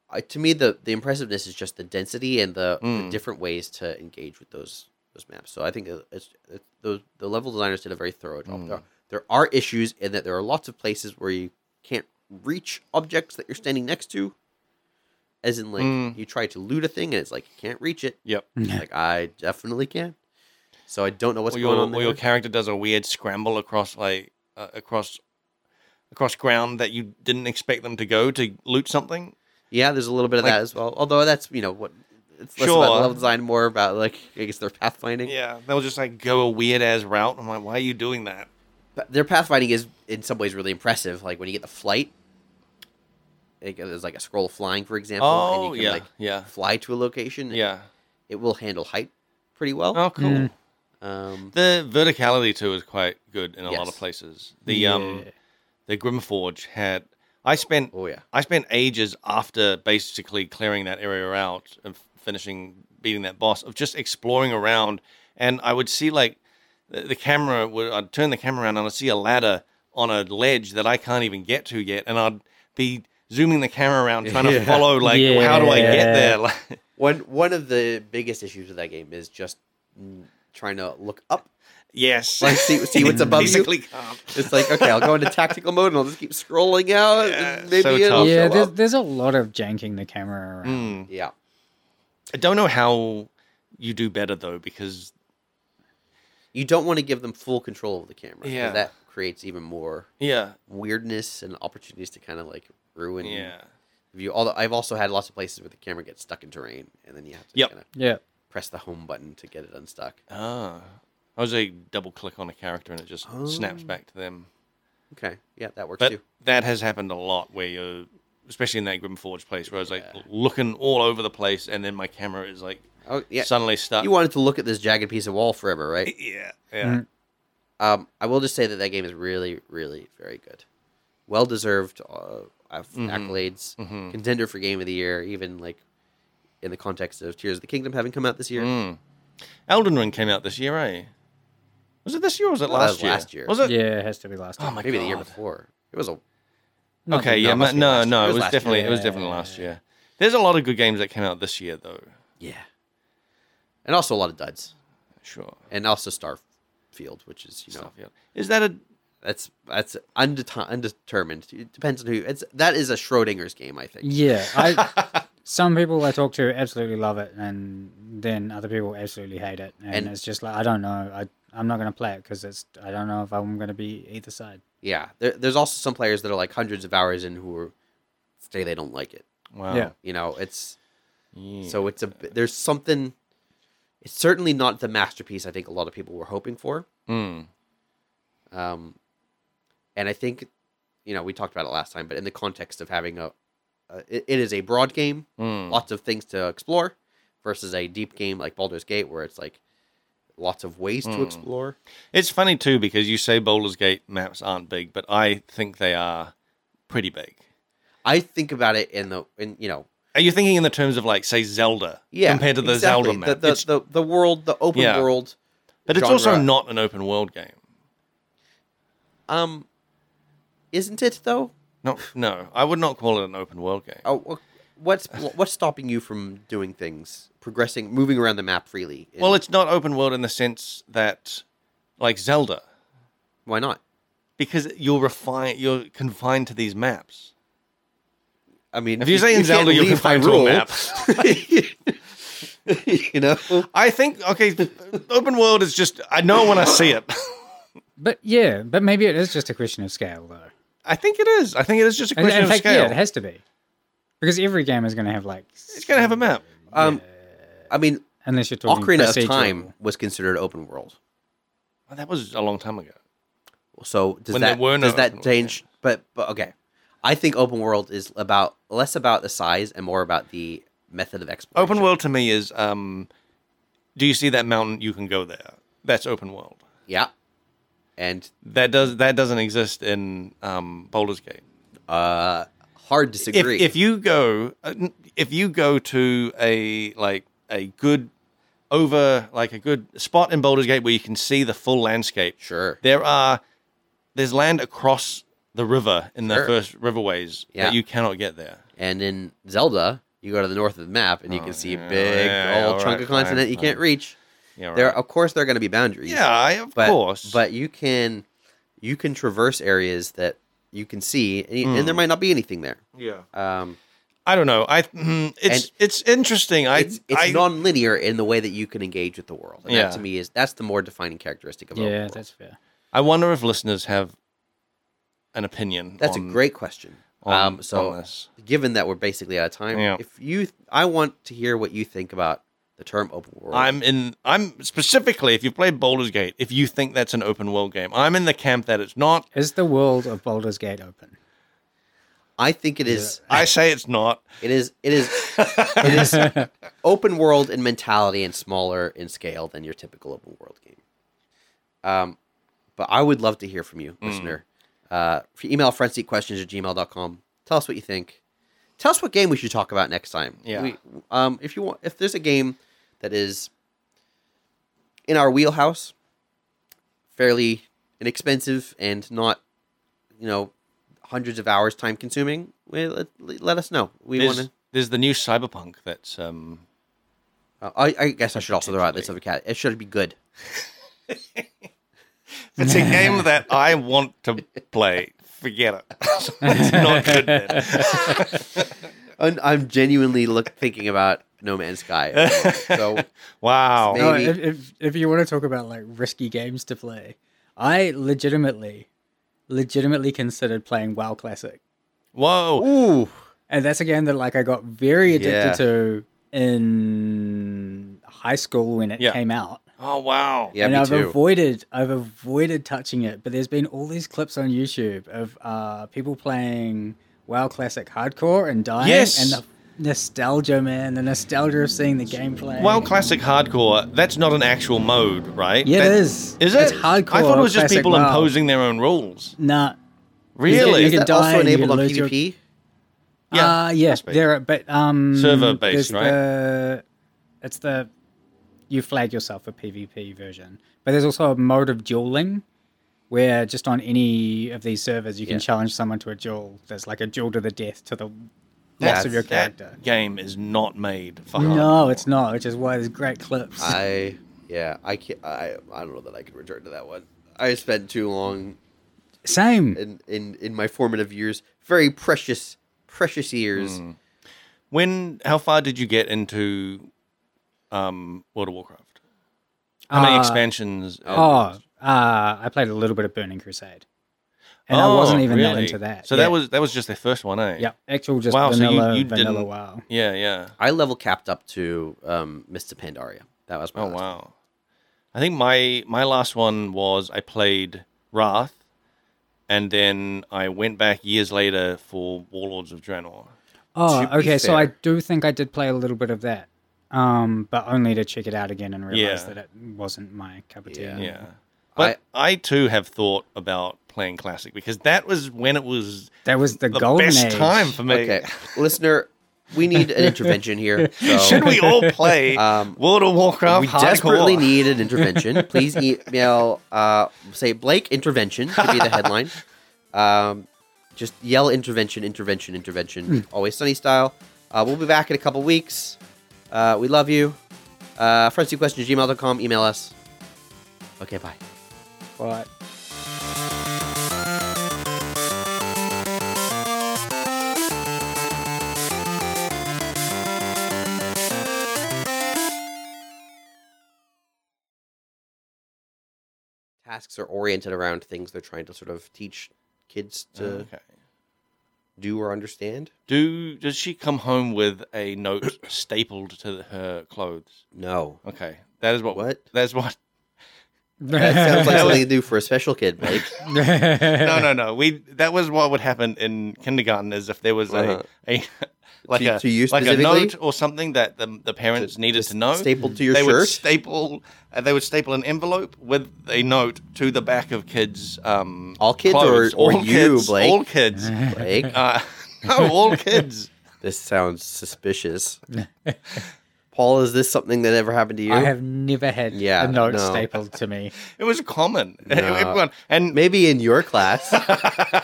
Speaker 1: I, to me the the impressiveness is just the density and the, the
Speaker 2: Mm.
Speaker 1: different ways to engage with those those maps. So I think it- it's, it's those the level designers did a very thorough job.
Speaker 2: Mm.
Speaker 1: There, there are issues in that there are lots of places where you can't reach objects that you're standing next to. As in, like
Speaker 2: Mm.
Speaker 1: you try to loot a thing and it's like you can't reach it.
Speaker 2: Yep.
Speaker 1: like I definitely can. So I don't know what's
Speaker 2: Or
Speaker 1: going
Speaker 2: your,
Speaker 1: on
Speaker 2: or
Speaker 1: there.
Speaker 2: your character does a weird scramble across like uh, across across ground that you didn't expect them to go to loot something.
Speaker 1: yeah, there's a little bit of
Speaker 2: like-
Speaker 1: that as well. Although that's you know what it's less
Speaker 2: Sure.
Speaker 1: about level design, more about like I guess their pathfinding.
Speaker 2: Yeah. They'll just like go a weird ass route. I'm like, why are you doing that?
Speaker 1: But their pathfinding is in some ways really impressive. Like when you get the flight, like, there's like a scroll flying, for example,
Speaker 2: Oh
Speaker 1: and you can
Speaker 2: yeah.
Speaker 1: like
Speaker 2: yeah.
Speaker 1: fly to a location.
Speaker 2: Yeah.
Speaker 1: it will handle height pretty well.
Speaker 2: Oh cool.
Speaker 3: Mm.
Speaker 1: Um,
Speaker 2: The verticality too is quite good in a lot of
Speaker 1: Yes.
Speaker 2: places. The
Speaker 3: [LAUGHS] yeah.
Speaker 2: um the Grimforge had I spent
Speaker 1: oh yeah,
Speaker 2: I spent ages after basically clearing that area out of finishing beating that boss of just exploring around and I would see like the, the camera would I'd turn the camera around and I'd see a ladder on a ledge that I can't even get to yet and I'd be zooming the camera around trying
Speaker 1: [LAUGHS]
Speaker 2: to
Speaker 1: Yeah.
Speaker 2: follow like how do I get
Speaker 3: Yeah.
Speaker 2: there [LAUGHS] like
Speaker 1: one one of the biggest issues with that game is just mm, trying to look up [LAUGHS]
Speaker 2: Yes.
Speaker 1: Like see see what's above you.
Speaker 2: Basically can't.
Speaker 1: It's like okay, I'll go into tactical mode and I'll just keep scrolling out.
Speaker 2: Yeah,
Speaker 1: and maybe
Speaker 2: so
Speaker 1: it'll
Speaker 2: tough.
Speaker 3: yeah,
Speaker 1: show
Speaker 3: there's,
Speaker 1: up.
Speaker 3: there's a lot of janking the camera around.
Speaker 2: Mm.
Speaker 1: yeah.
Speaker 2: I don't know how you do better though, because
Speaker 1: You don't want to give them full control of the camera. 'cause
Speaker 2: Yeah.
Speaker 1: that creates even more
Speaker 2: yeah,
Speaker 1: weirdness and opportunities to kind of like ruin
Speaker 2: yeah,
Speaker 1: the view. Although I've also had lots of places where the camera gets stuck in terrain, and then you have to
Speaker 2: Yep.
Speaker 1: kind of
Speaker 3: Yeah.
Speaker 1: press the home button to get it unstuck.
Speaker 2: ah, I was a double click on a character and it just snaps back to them.
Speaker 1: Okay, yeah, that Oh. works
Speaker 2: But
Speaker 1: too.
Speaker 2: that has happened a lot where you're, especially in that Grimforge place, where I was like
Speaker 1: Yeah.
Speaker 2: looking all over the place and then my camera is like
Speaker 1: Oh yeah,
Speaker 2: suddenly stuck.
Speaker 1: you wanted to look at this jagged piece of wall forever, right?
Speaker 2: [LAUGHS] yeah, yeah.
Speaker 3: Mm.
Speaker 1: Um, I will just say that that game is really, really very good. Well deserved uh, of accolades,
Speaker 2: Mhm.
Speaker 1: contender for game of the year, even like in the context of Tears of the Kingdom having come out this year.
Speaker 2: Mm. Elden Ring came out this year, eh? Was it this year or was it
Speaker 1: Well, that
Speaker 2: last,
Speaker 1: was
Speaker 2: year?
Speaker 1: last year.
Speaker 2: Was it?
Speaker 3: Yeah, it has to be last
Speaker 2: Oh
Speaker 3: time.
Speaker 2: my
Speaker 1: Maybe
Speaker 2: god.
Speaker 1: the year before. It was a
Speaker 3: Not
Speaker 2: Okay,
Speaker 3: the-
Speaker 2: yeah,
Speaker 1: it must
Speaker 2: ma-
Speaker 1: be
Speaker 2: no,
Speaker 1: last year.
Speaker 2: no,
Speaker 1: It
Speaker 2: it
Speaker 1: was
Speaker 2: was
Speaker 1: last
Speaker 2: definitely
Speaker 1: year.
Speaker 2: it was definitely last year. There's a lot of good games that came out this year though.
Speaker 1: yeah, and also a lot of duds,
Speaker 2: Sure.
Speaker 1: and also Starfield, which is you know
Speaker 2: Starfield. Is that a
Speaker 1: that's that's undeti- undetermined. It depends on who. It's that is a Schrodinger's game, I think.
Speaker 3: Yeah, I. some people I talk to absolutely love it, and then other people absolutely hate it, and,
Speaker 1: And-
Speaker 3: it's just like I don't know. I I'm not gonna play it because it's I don't know if I'm gonna be either side.
Speaker 1: Yeah, there, there's also some players that are like hundreds of hours in who are, say they don't like it.
Speaker 2: [LAUGHS] wow?
Speaker 3: Yeah.
Speaker 1: You know, it's
Speaker 2: Yeah.
Speaker 1: so it's a there's something. It's certainly not the masterpiece I think a lot of people were hoping for.
Speaker 2: Mm.
Speaker 1: Um, and I think, you know, we talked about it last time, but in the context of having a, uh, it, it is a broad game,
Speaker 2: Mm.
Speaker 1: lots of things to explore, versus a deep game like Baldur's Gate, where it's like lots of ways
Speaker 2: Mm.
Speaker 1: to explore.
Speaker 2: It's funny too because you say Baldur's Gate maps aren't big, but I think they are pretty big.
Speaker 1: I think about it in the in you know
Speaker 2: Are you thinking in the terms of like say Zelda
Speaker 1: yeah
Speaker 2: compared to the
Speaker 1: exactly.
Speaker 2: Zelda map?
Speaker 1: the the,
Speaker 2: It's-
Speaker 1: the, the world the open
Speaker 2: Yeah.
Speaker 1: world,
Speaker 2: but it's also
Speaker 1: genre.
Speaker 2: not an open world game.
Speaker 1: um, isn't it though?
Speaker 2: No, no, I would not call it an open world game.
Speaker 1: Oh, wha-
Speaker 2: [SIGHS]
Speaker 1: what's what's stopping you from doing things, progressing, moving around the map freely? in-
Speaker 2: Well, it's not open world in the sense that like Zelda
Speaker 1: why not?
Speaker 2: because you're refined, you're confined to these maps.
Speaker 1: I mean,
Speaker 2: If you say in
Speaker 1: can't
Speaker 2: Zelda, you
Speaker 1: leave
Speaker 2: can find
Speaker 1: Hyrule.
Speaker 2: a
Speaker 1: [LAUGHS]
Speaker 2: map.
Speaker 1: you know,
Speaker 2: I think okay, [LAUGHS] open world is just I know when I see it. [LAUGHS]
Speaker 3: But yeah, but maybe it is just a question of scale, though.
Speaker 2: I think it is. I think it is just a
Speaker 3: And,
Speaker 2: question
Speaker 3: in
Speaker 2: of
Speaker 3: fact,
Speaker 2: scale.
Speaker 3: yeah, it has to be, because every game is gonna have like,
Speaker 2: it's gonna have a map.
Speaker 1: um, I mean,
Speaker 3: unless you're talking
Speaker 1: Ocarina of
Speaker 3: procedural.
Speaker 1: Time was considered open world.
Speaker 2: Well, Oh, that was a long time ago.
Speaker 1: So does
Speaker 2: When there
Speaker 1: that
Speaker 2: were no
Speaker 1: does that
Speaker 2: open world,
Speaker 1: change? But, but okay, I think open world is about less about the size and more about the method of exploration.
Speaker 2: Open world to me is um, do you see that mountain? You can go there. That's open world.
Speaker 1: yeah, and
Speaker 2: That does that doesn't exist in um, Baldur's Gate.
Speaker 1: uh, hard
Speaker 2: If,
Speaker 1: disagree.
Speaker 2: if you go uh, if you go to a like a good over like a good spot in Baldur's Gate where you can see the full landscape.
Speaker 1: sure,
Speaker 2: There are there's land across the river in the
Speaker 1: Sure.
Speaker 2: first riverways
Speaker 1: Yeah.
Speaker 2: that you cannot get there.
Speaker 1: and in Zelda, you go to the north of the map and you can see a big
Speaker 2: Oh, yeah,
Speaker 1: old
Speaker 2: all
Speaker 1: chunk
Speaker 2: right,
Speaker 1: of continent
Speaker 2: fine,
Speaker 1: you can't
Speaker 2: fine.
Speaker 1: reach.
Speaker 2: Yeah,
Speaker 1: There,
Speaker 2: right.
Speaker 1: of course, there are going to be boundaries.
Speaker 2: yeah, I, of
Speaker 1: but
Speaker 2: course.
Speaker 1: but you can you can traverse areas that you can see, and, and there
Speaker 2: Hmm.
Speaker 1: might not be anything there.
Speaker 2: yeah.
Speaker 1: Um,
Speaker 2: I don't know. I mm, it's
Speaker 1: And-
Speaker 2: it's interesting. I
Speaker 1: it's it's
Speaker 2: I,
Speaker 1: non-linear in the way that you can engage with the world, and
Speaker 2: Yeah.
Speaker 1: that to me is that's the more defining characteristic of open
Speaker 3: Yeah,
Speaker 1: world.
Speaker 3: that's fair.
Speaker 2: I wonder if listeners have an opinion.
Speaker 1: That's
Speaker 2: on-
Speaker 1: a great question.
Speaker 2: on-
Speaker 1: um, so
Speaker 2: on this.
Speaker 1: given that we're basically out of time,
Speaker 2: Yeah.
Speaker 1: if you, I want to hear what you think about the term open world.
Speaker 2: I'm in. I'm specifically if you played Baldur's Gate, if you think that's an open world game, I'm in the camp that it's not.
Speaker 3: Is the world of Baldur's Gate open?
Speaker 1: I think it is. [LAUGHS]
Speaker 2: I say it's not.
Speaker 1: It is. It is. it
Speaker 2: [LAUGHS]
Speaker 1: is open world in mentality and smaller in scale than your typical open world game. Um, but I would love to hear from you,
Speaker 2: Mm.
Speaker 1: listener. Uh, if you email frontseatquestions at gmail.com. Tell us what you think. Tell us what game we should talk about next time.
Speaker 2: Yeah.
Speaker 1: We, um, if you want, if there's a game that is in our wheelhouse, fairly inexpensive and not, you know, hundreds of hours time consuming, well, let, let us know. We want
Speaker 2: There's,
Speaker 1: to.
Speaker 2: there's the new Cyberpunk. That's um.
Speaker 1: Uh, I, I guess I should also throw out this other cat. It should be good.
Speaker 2: If it's a game that I want to play, forget it. [LAUGHS] it's not good. Then.
Speaker 1: [LAUGHS] I'm, I'm genuinely look, thinking about No Man's Sky. at the moment,
Speaker 2: Wow.
Speaker 1: Maybe-
Speaker 3: No, Oh, if, if if you want to talk about like risky games to play, I legitimately, legitimately considered playing WoW Classic,
Speaker 1: so,
Speaker 2: Whoa.
Speaker 1: [LAUGHS] ooh,
Speaker 3: and that's a game that like I got very addicted
Speaker 1: Yeah.
Speaker 3: to in high school when it
Speaker 2: Yeah.
Speaker 3: came out.
Speaker 2: Oh wow.
Speaker 1: yeah,
Speaker 3: and
Speaker 1: me
Speaker 3: I've
Speaker 1: too.
Speaker 3: avoided I've avoided touching it, but there's been all these clips on YouTube of uh, people playing WoW Classic hardcore and dying,
Speaker 2: Yes.
Speaker 3: and the nostalgia, man, the nostalgia of seeing the gameplay.
Speaker 2: Wow, classic hardcore. That's not an actual mode, right?
Speaker 3: yeah,
Speaker 2: That-
Speaker 3: it is.
Speaker 2: Is it?
Speaker 3: It's hardcore.
Speaker 2: I thought it was just
Speaker 3: classic
Speaker 2: people
Speaker 3: WoW.
Speaker 2: imposing their own rules.
Speaker 3: Nah,
Speaker 2: Really?
Speaker 3: you
Speaker 1: Is
Speaker 3: can
Speaker 1: that
Speaker 3: die
Speaker 1: also
Speaker 3: and you
Speaker 1: enabled on
Speaker 3: lose your-
Speaker 1: PvP?
Speaker 3: [LAUGHS]
Speaker 2: Yeah,
Speaker 3: Uh, yes,
Speaker 2: be.
Speaker 3: there. Are, but um,
Speaker 2: Server-based,
Speaker 3: there's
Speaker 2: right?
Speaker 3: the- it's the you flag yourself a PvP version, but there's also a mode of dueling where just on any of these servers you can
Speaker 1: Yeah.
Speaker 3: challenge someone to a duel. There's like a duel to the death to the loss
Speaker 1: That's-
Speaker 3: of your
Speaker 2: that
Speaker 3: character.
Speaker 2: game is not made for
Speaker 3: No,
Speaker 2: hardcore.
Speaker 3: it's not, which is why there's great clips.
Speaker 1: I yeah, I can't. I I don't know that I could return to that one. I spent too long
Speaker 3: Same.
Speaker 1: in in in my formative years, very precious precious years.
Speaker 2: When? How far did you get into um, World of Warcraft? How many
Speaker 3: Uh,
Speaker 2: expansions?
Speaker 3: Oh, uh, I played a little bit of Burning Crusade, and I
Speaker 2: Oh,
Speaker 3: wasn't even that
Speaker 2: really?
Speaker 3: into that.
Speaker 2: So
Speaker 3: Yeah.
Speaker 2: that was that was just their first one, eh?
Speaker 3: yeah, actual just
Speaker 2: Wow, so you-
Speaker 3: vanilla,
Speaker 2: you
Speaker 3: vanilla
Speaker 2: didn't-
Speaker 3: WoW.
Speaker 2: Yeah, yeah.
Speaker 1: I level capped up to um, Mr. Pandaria. That was my
Speaker 2: Oh
Speaker 1: last one.
Speaker 2: wow. I think my my last one was I played Wrath, and then I went back years later for Warlords of Draenor.
Speaker 3: Oh,
Speaker 1: to be
Speaker 3: okay. So I
Speaker 1: fair.
Speaker 3: do think I did play a little bit of that, um, but only to check it out again and realize
Speaker 2: Yeah.
Speaker 3: that it wasn't my cup of tea.
Speaker 1: Yeah.
Speaker 2: Yeah. But I, too have thought about playing classic because that was when it was
Speaker 3: That was the,
Speaker 2: the
Speaker 3: golden
Speaker 2: best
Speaker 3: age.
Speaker 2: time for me.
Speaker 1: [LAUGHS] Okay, listener, we need an intervention
Speaker 3: [LAUGHS]
Speaker 1: here. So,
Speaker 2: [LAUGHS] Should we all play
Speaker 1: Um,
Speaker 2: World of Warcraft
Speaker 1: we
Speaker 2: hardcore?
Speaker 1: desperately need an intervention. Please email, uh, say Blake intervention could be the headline. Um, just yell intervention, intervention, intervention. Always sunny style. Uh, we'll be back in a couple weeks. Uh, we love you. Uh, questions gmail.com. Email us. Okay, bye.
Speaker 3: But
Speaker 1: Tasks are oriented around things they're trying to sort of teach kids to
Speaker 2: Okay.
Speaker 1: do or understand.
Speaker 2: Do does she come home with a note stapled to her clothes?
Speaker 1: No.
Speaker 2: Okay, that is what.
Speaker 1: What?
Speaker 2: That's what.
Speaker 1: That sounds like something to do for a special kid, Blake.
Speaker 2: No,
Speaker 1: [LAUGHS]
Speaker 2: no, no. We that was what would happen in kindergarten is if there was
Speaker 1: Uh-huh.
Speaker 2: a, [LAUGHS] a like
Speaker 1: To-
Speaker 2: a
Speaker 1: to you
Speaker 2: like a
Speaker 1: specifically?
Speaker 2: note or something that the, the parents needed
Speaker 1: Just
Speaker 2: to know.
Speaker 1: Stapled to your
Speaker 2: they would
Speaker 1: shirt.
Speaker 2: staple uh, they would staple an envelope with a note to the back of kids um
Speaker 1: All kids
Speaker 2: clothes.
Speaker 1: or- or
Speaker 2: all
Speaker 1: you,
Speaker 2: kids,
Speaker 1: Blake? [LAUGHS]
Speaker 2: all kids
Speaker 1: Blake,
Speaker 2: uh, [LAUGHS] no
Speaker 1: [LAUGHS]
Speaker 2: all kids
Speaker 1: this sounds
Speaker 3: [LAUGHS]
Speaker 1: suspicious. Paul, is this something that ever happened to you?
Speaker 3: I have never had
Speaker 1: Yeah,
Speaker 3: a note
Speaker 1: no.
Speaker 3: stapled
Speaker 1: [LAUGHS]
Speaker 3: to me.
Speaker 2: it was common [LAUGHS] everyone and
Speaker 1: Maybe in your
Speaker 3: [LAUGHS]
Speaker 1: class.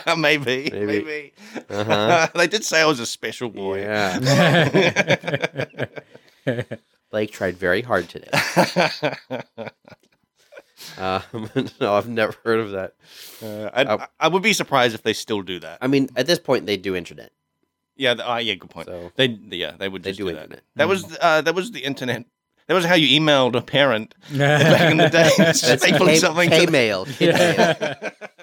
Speaker 2: [LAUGHS] maybe maybe,
Speaker 1: Uh-huh.
Speaker 2: [LAUGHS] they did say I was a special boy
Speaker 1: Oh, yeah.
Speaker 3: [LAUGHS]
Speaker 1: Blake tried very hard today.
Speaker 2: [LAUGHS]
Speaker 1: um, [LAUGHS] no, I've never heard of that.
Speaker 2: Uh, I'd-
Speaker 1: Uh,
Speaker 2: I, I would be surprised if they still do that
Speaker 1: I mean, at this point, they do internet.
Speaker 2: yeah th- ah, yeah good point
Speaker 1: So
Speaker 2: they yeah they would
Speaker 1: they
Speaker 2: just
Speaker 1: do
Speaker 2: that
Speaker 1: internet.
Speaker 2: that
Speaker 1: Mm-hmm.
Speaker 2: was uh, that was the internet that was how you emailed a parent back in the day
Speaker 1: [LAUGHS] That's
Speaker 2: [LAUGHS] stapling something to
Speaker 1: K-
Speaker 2: the-
Speaker 1: K-mail. K-mail.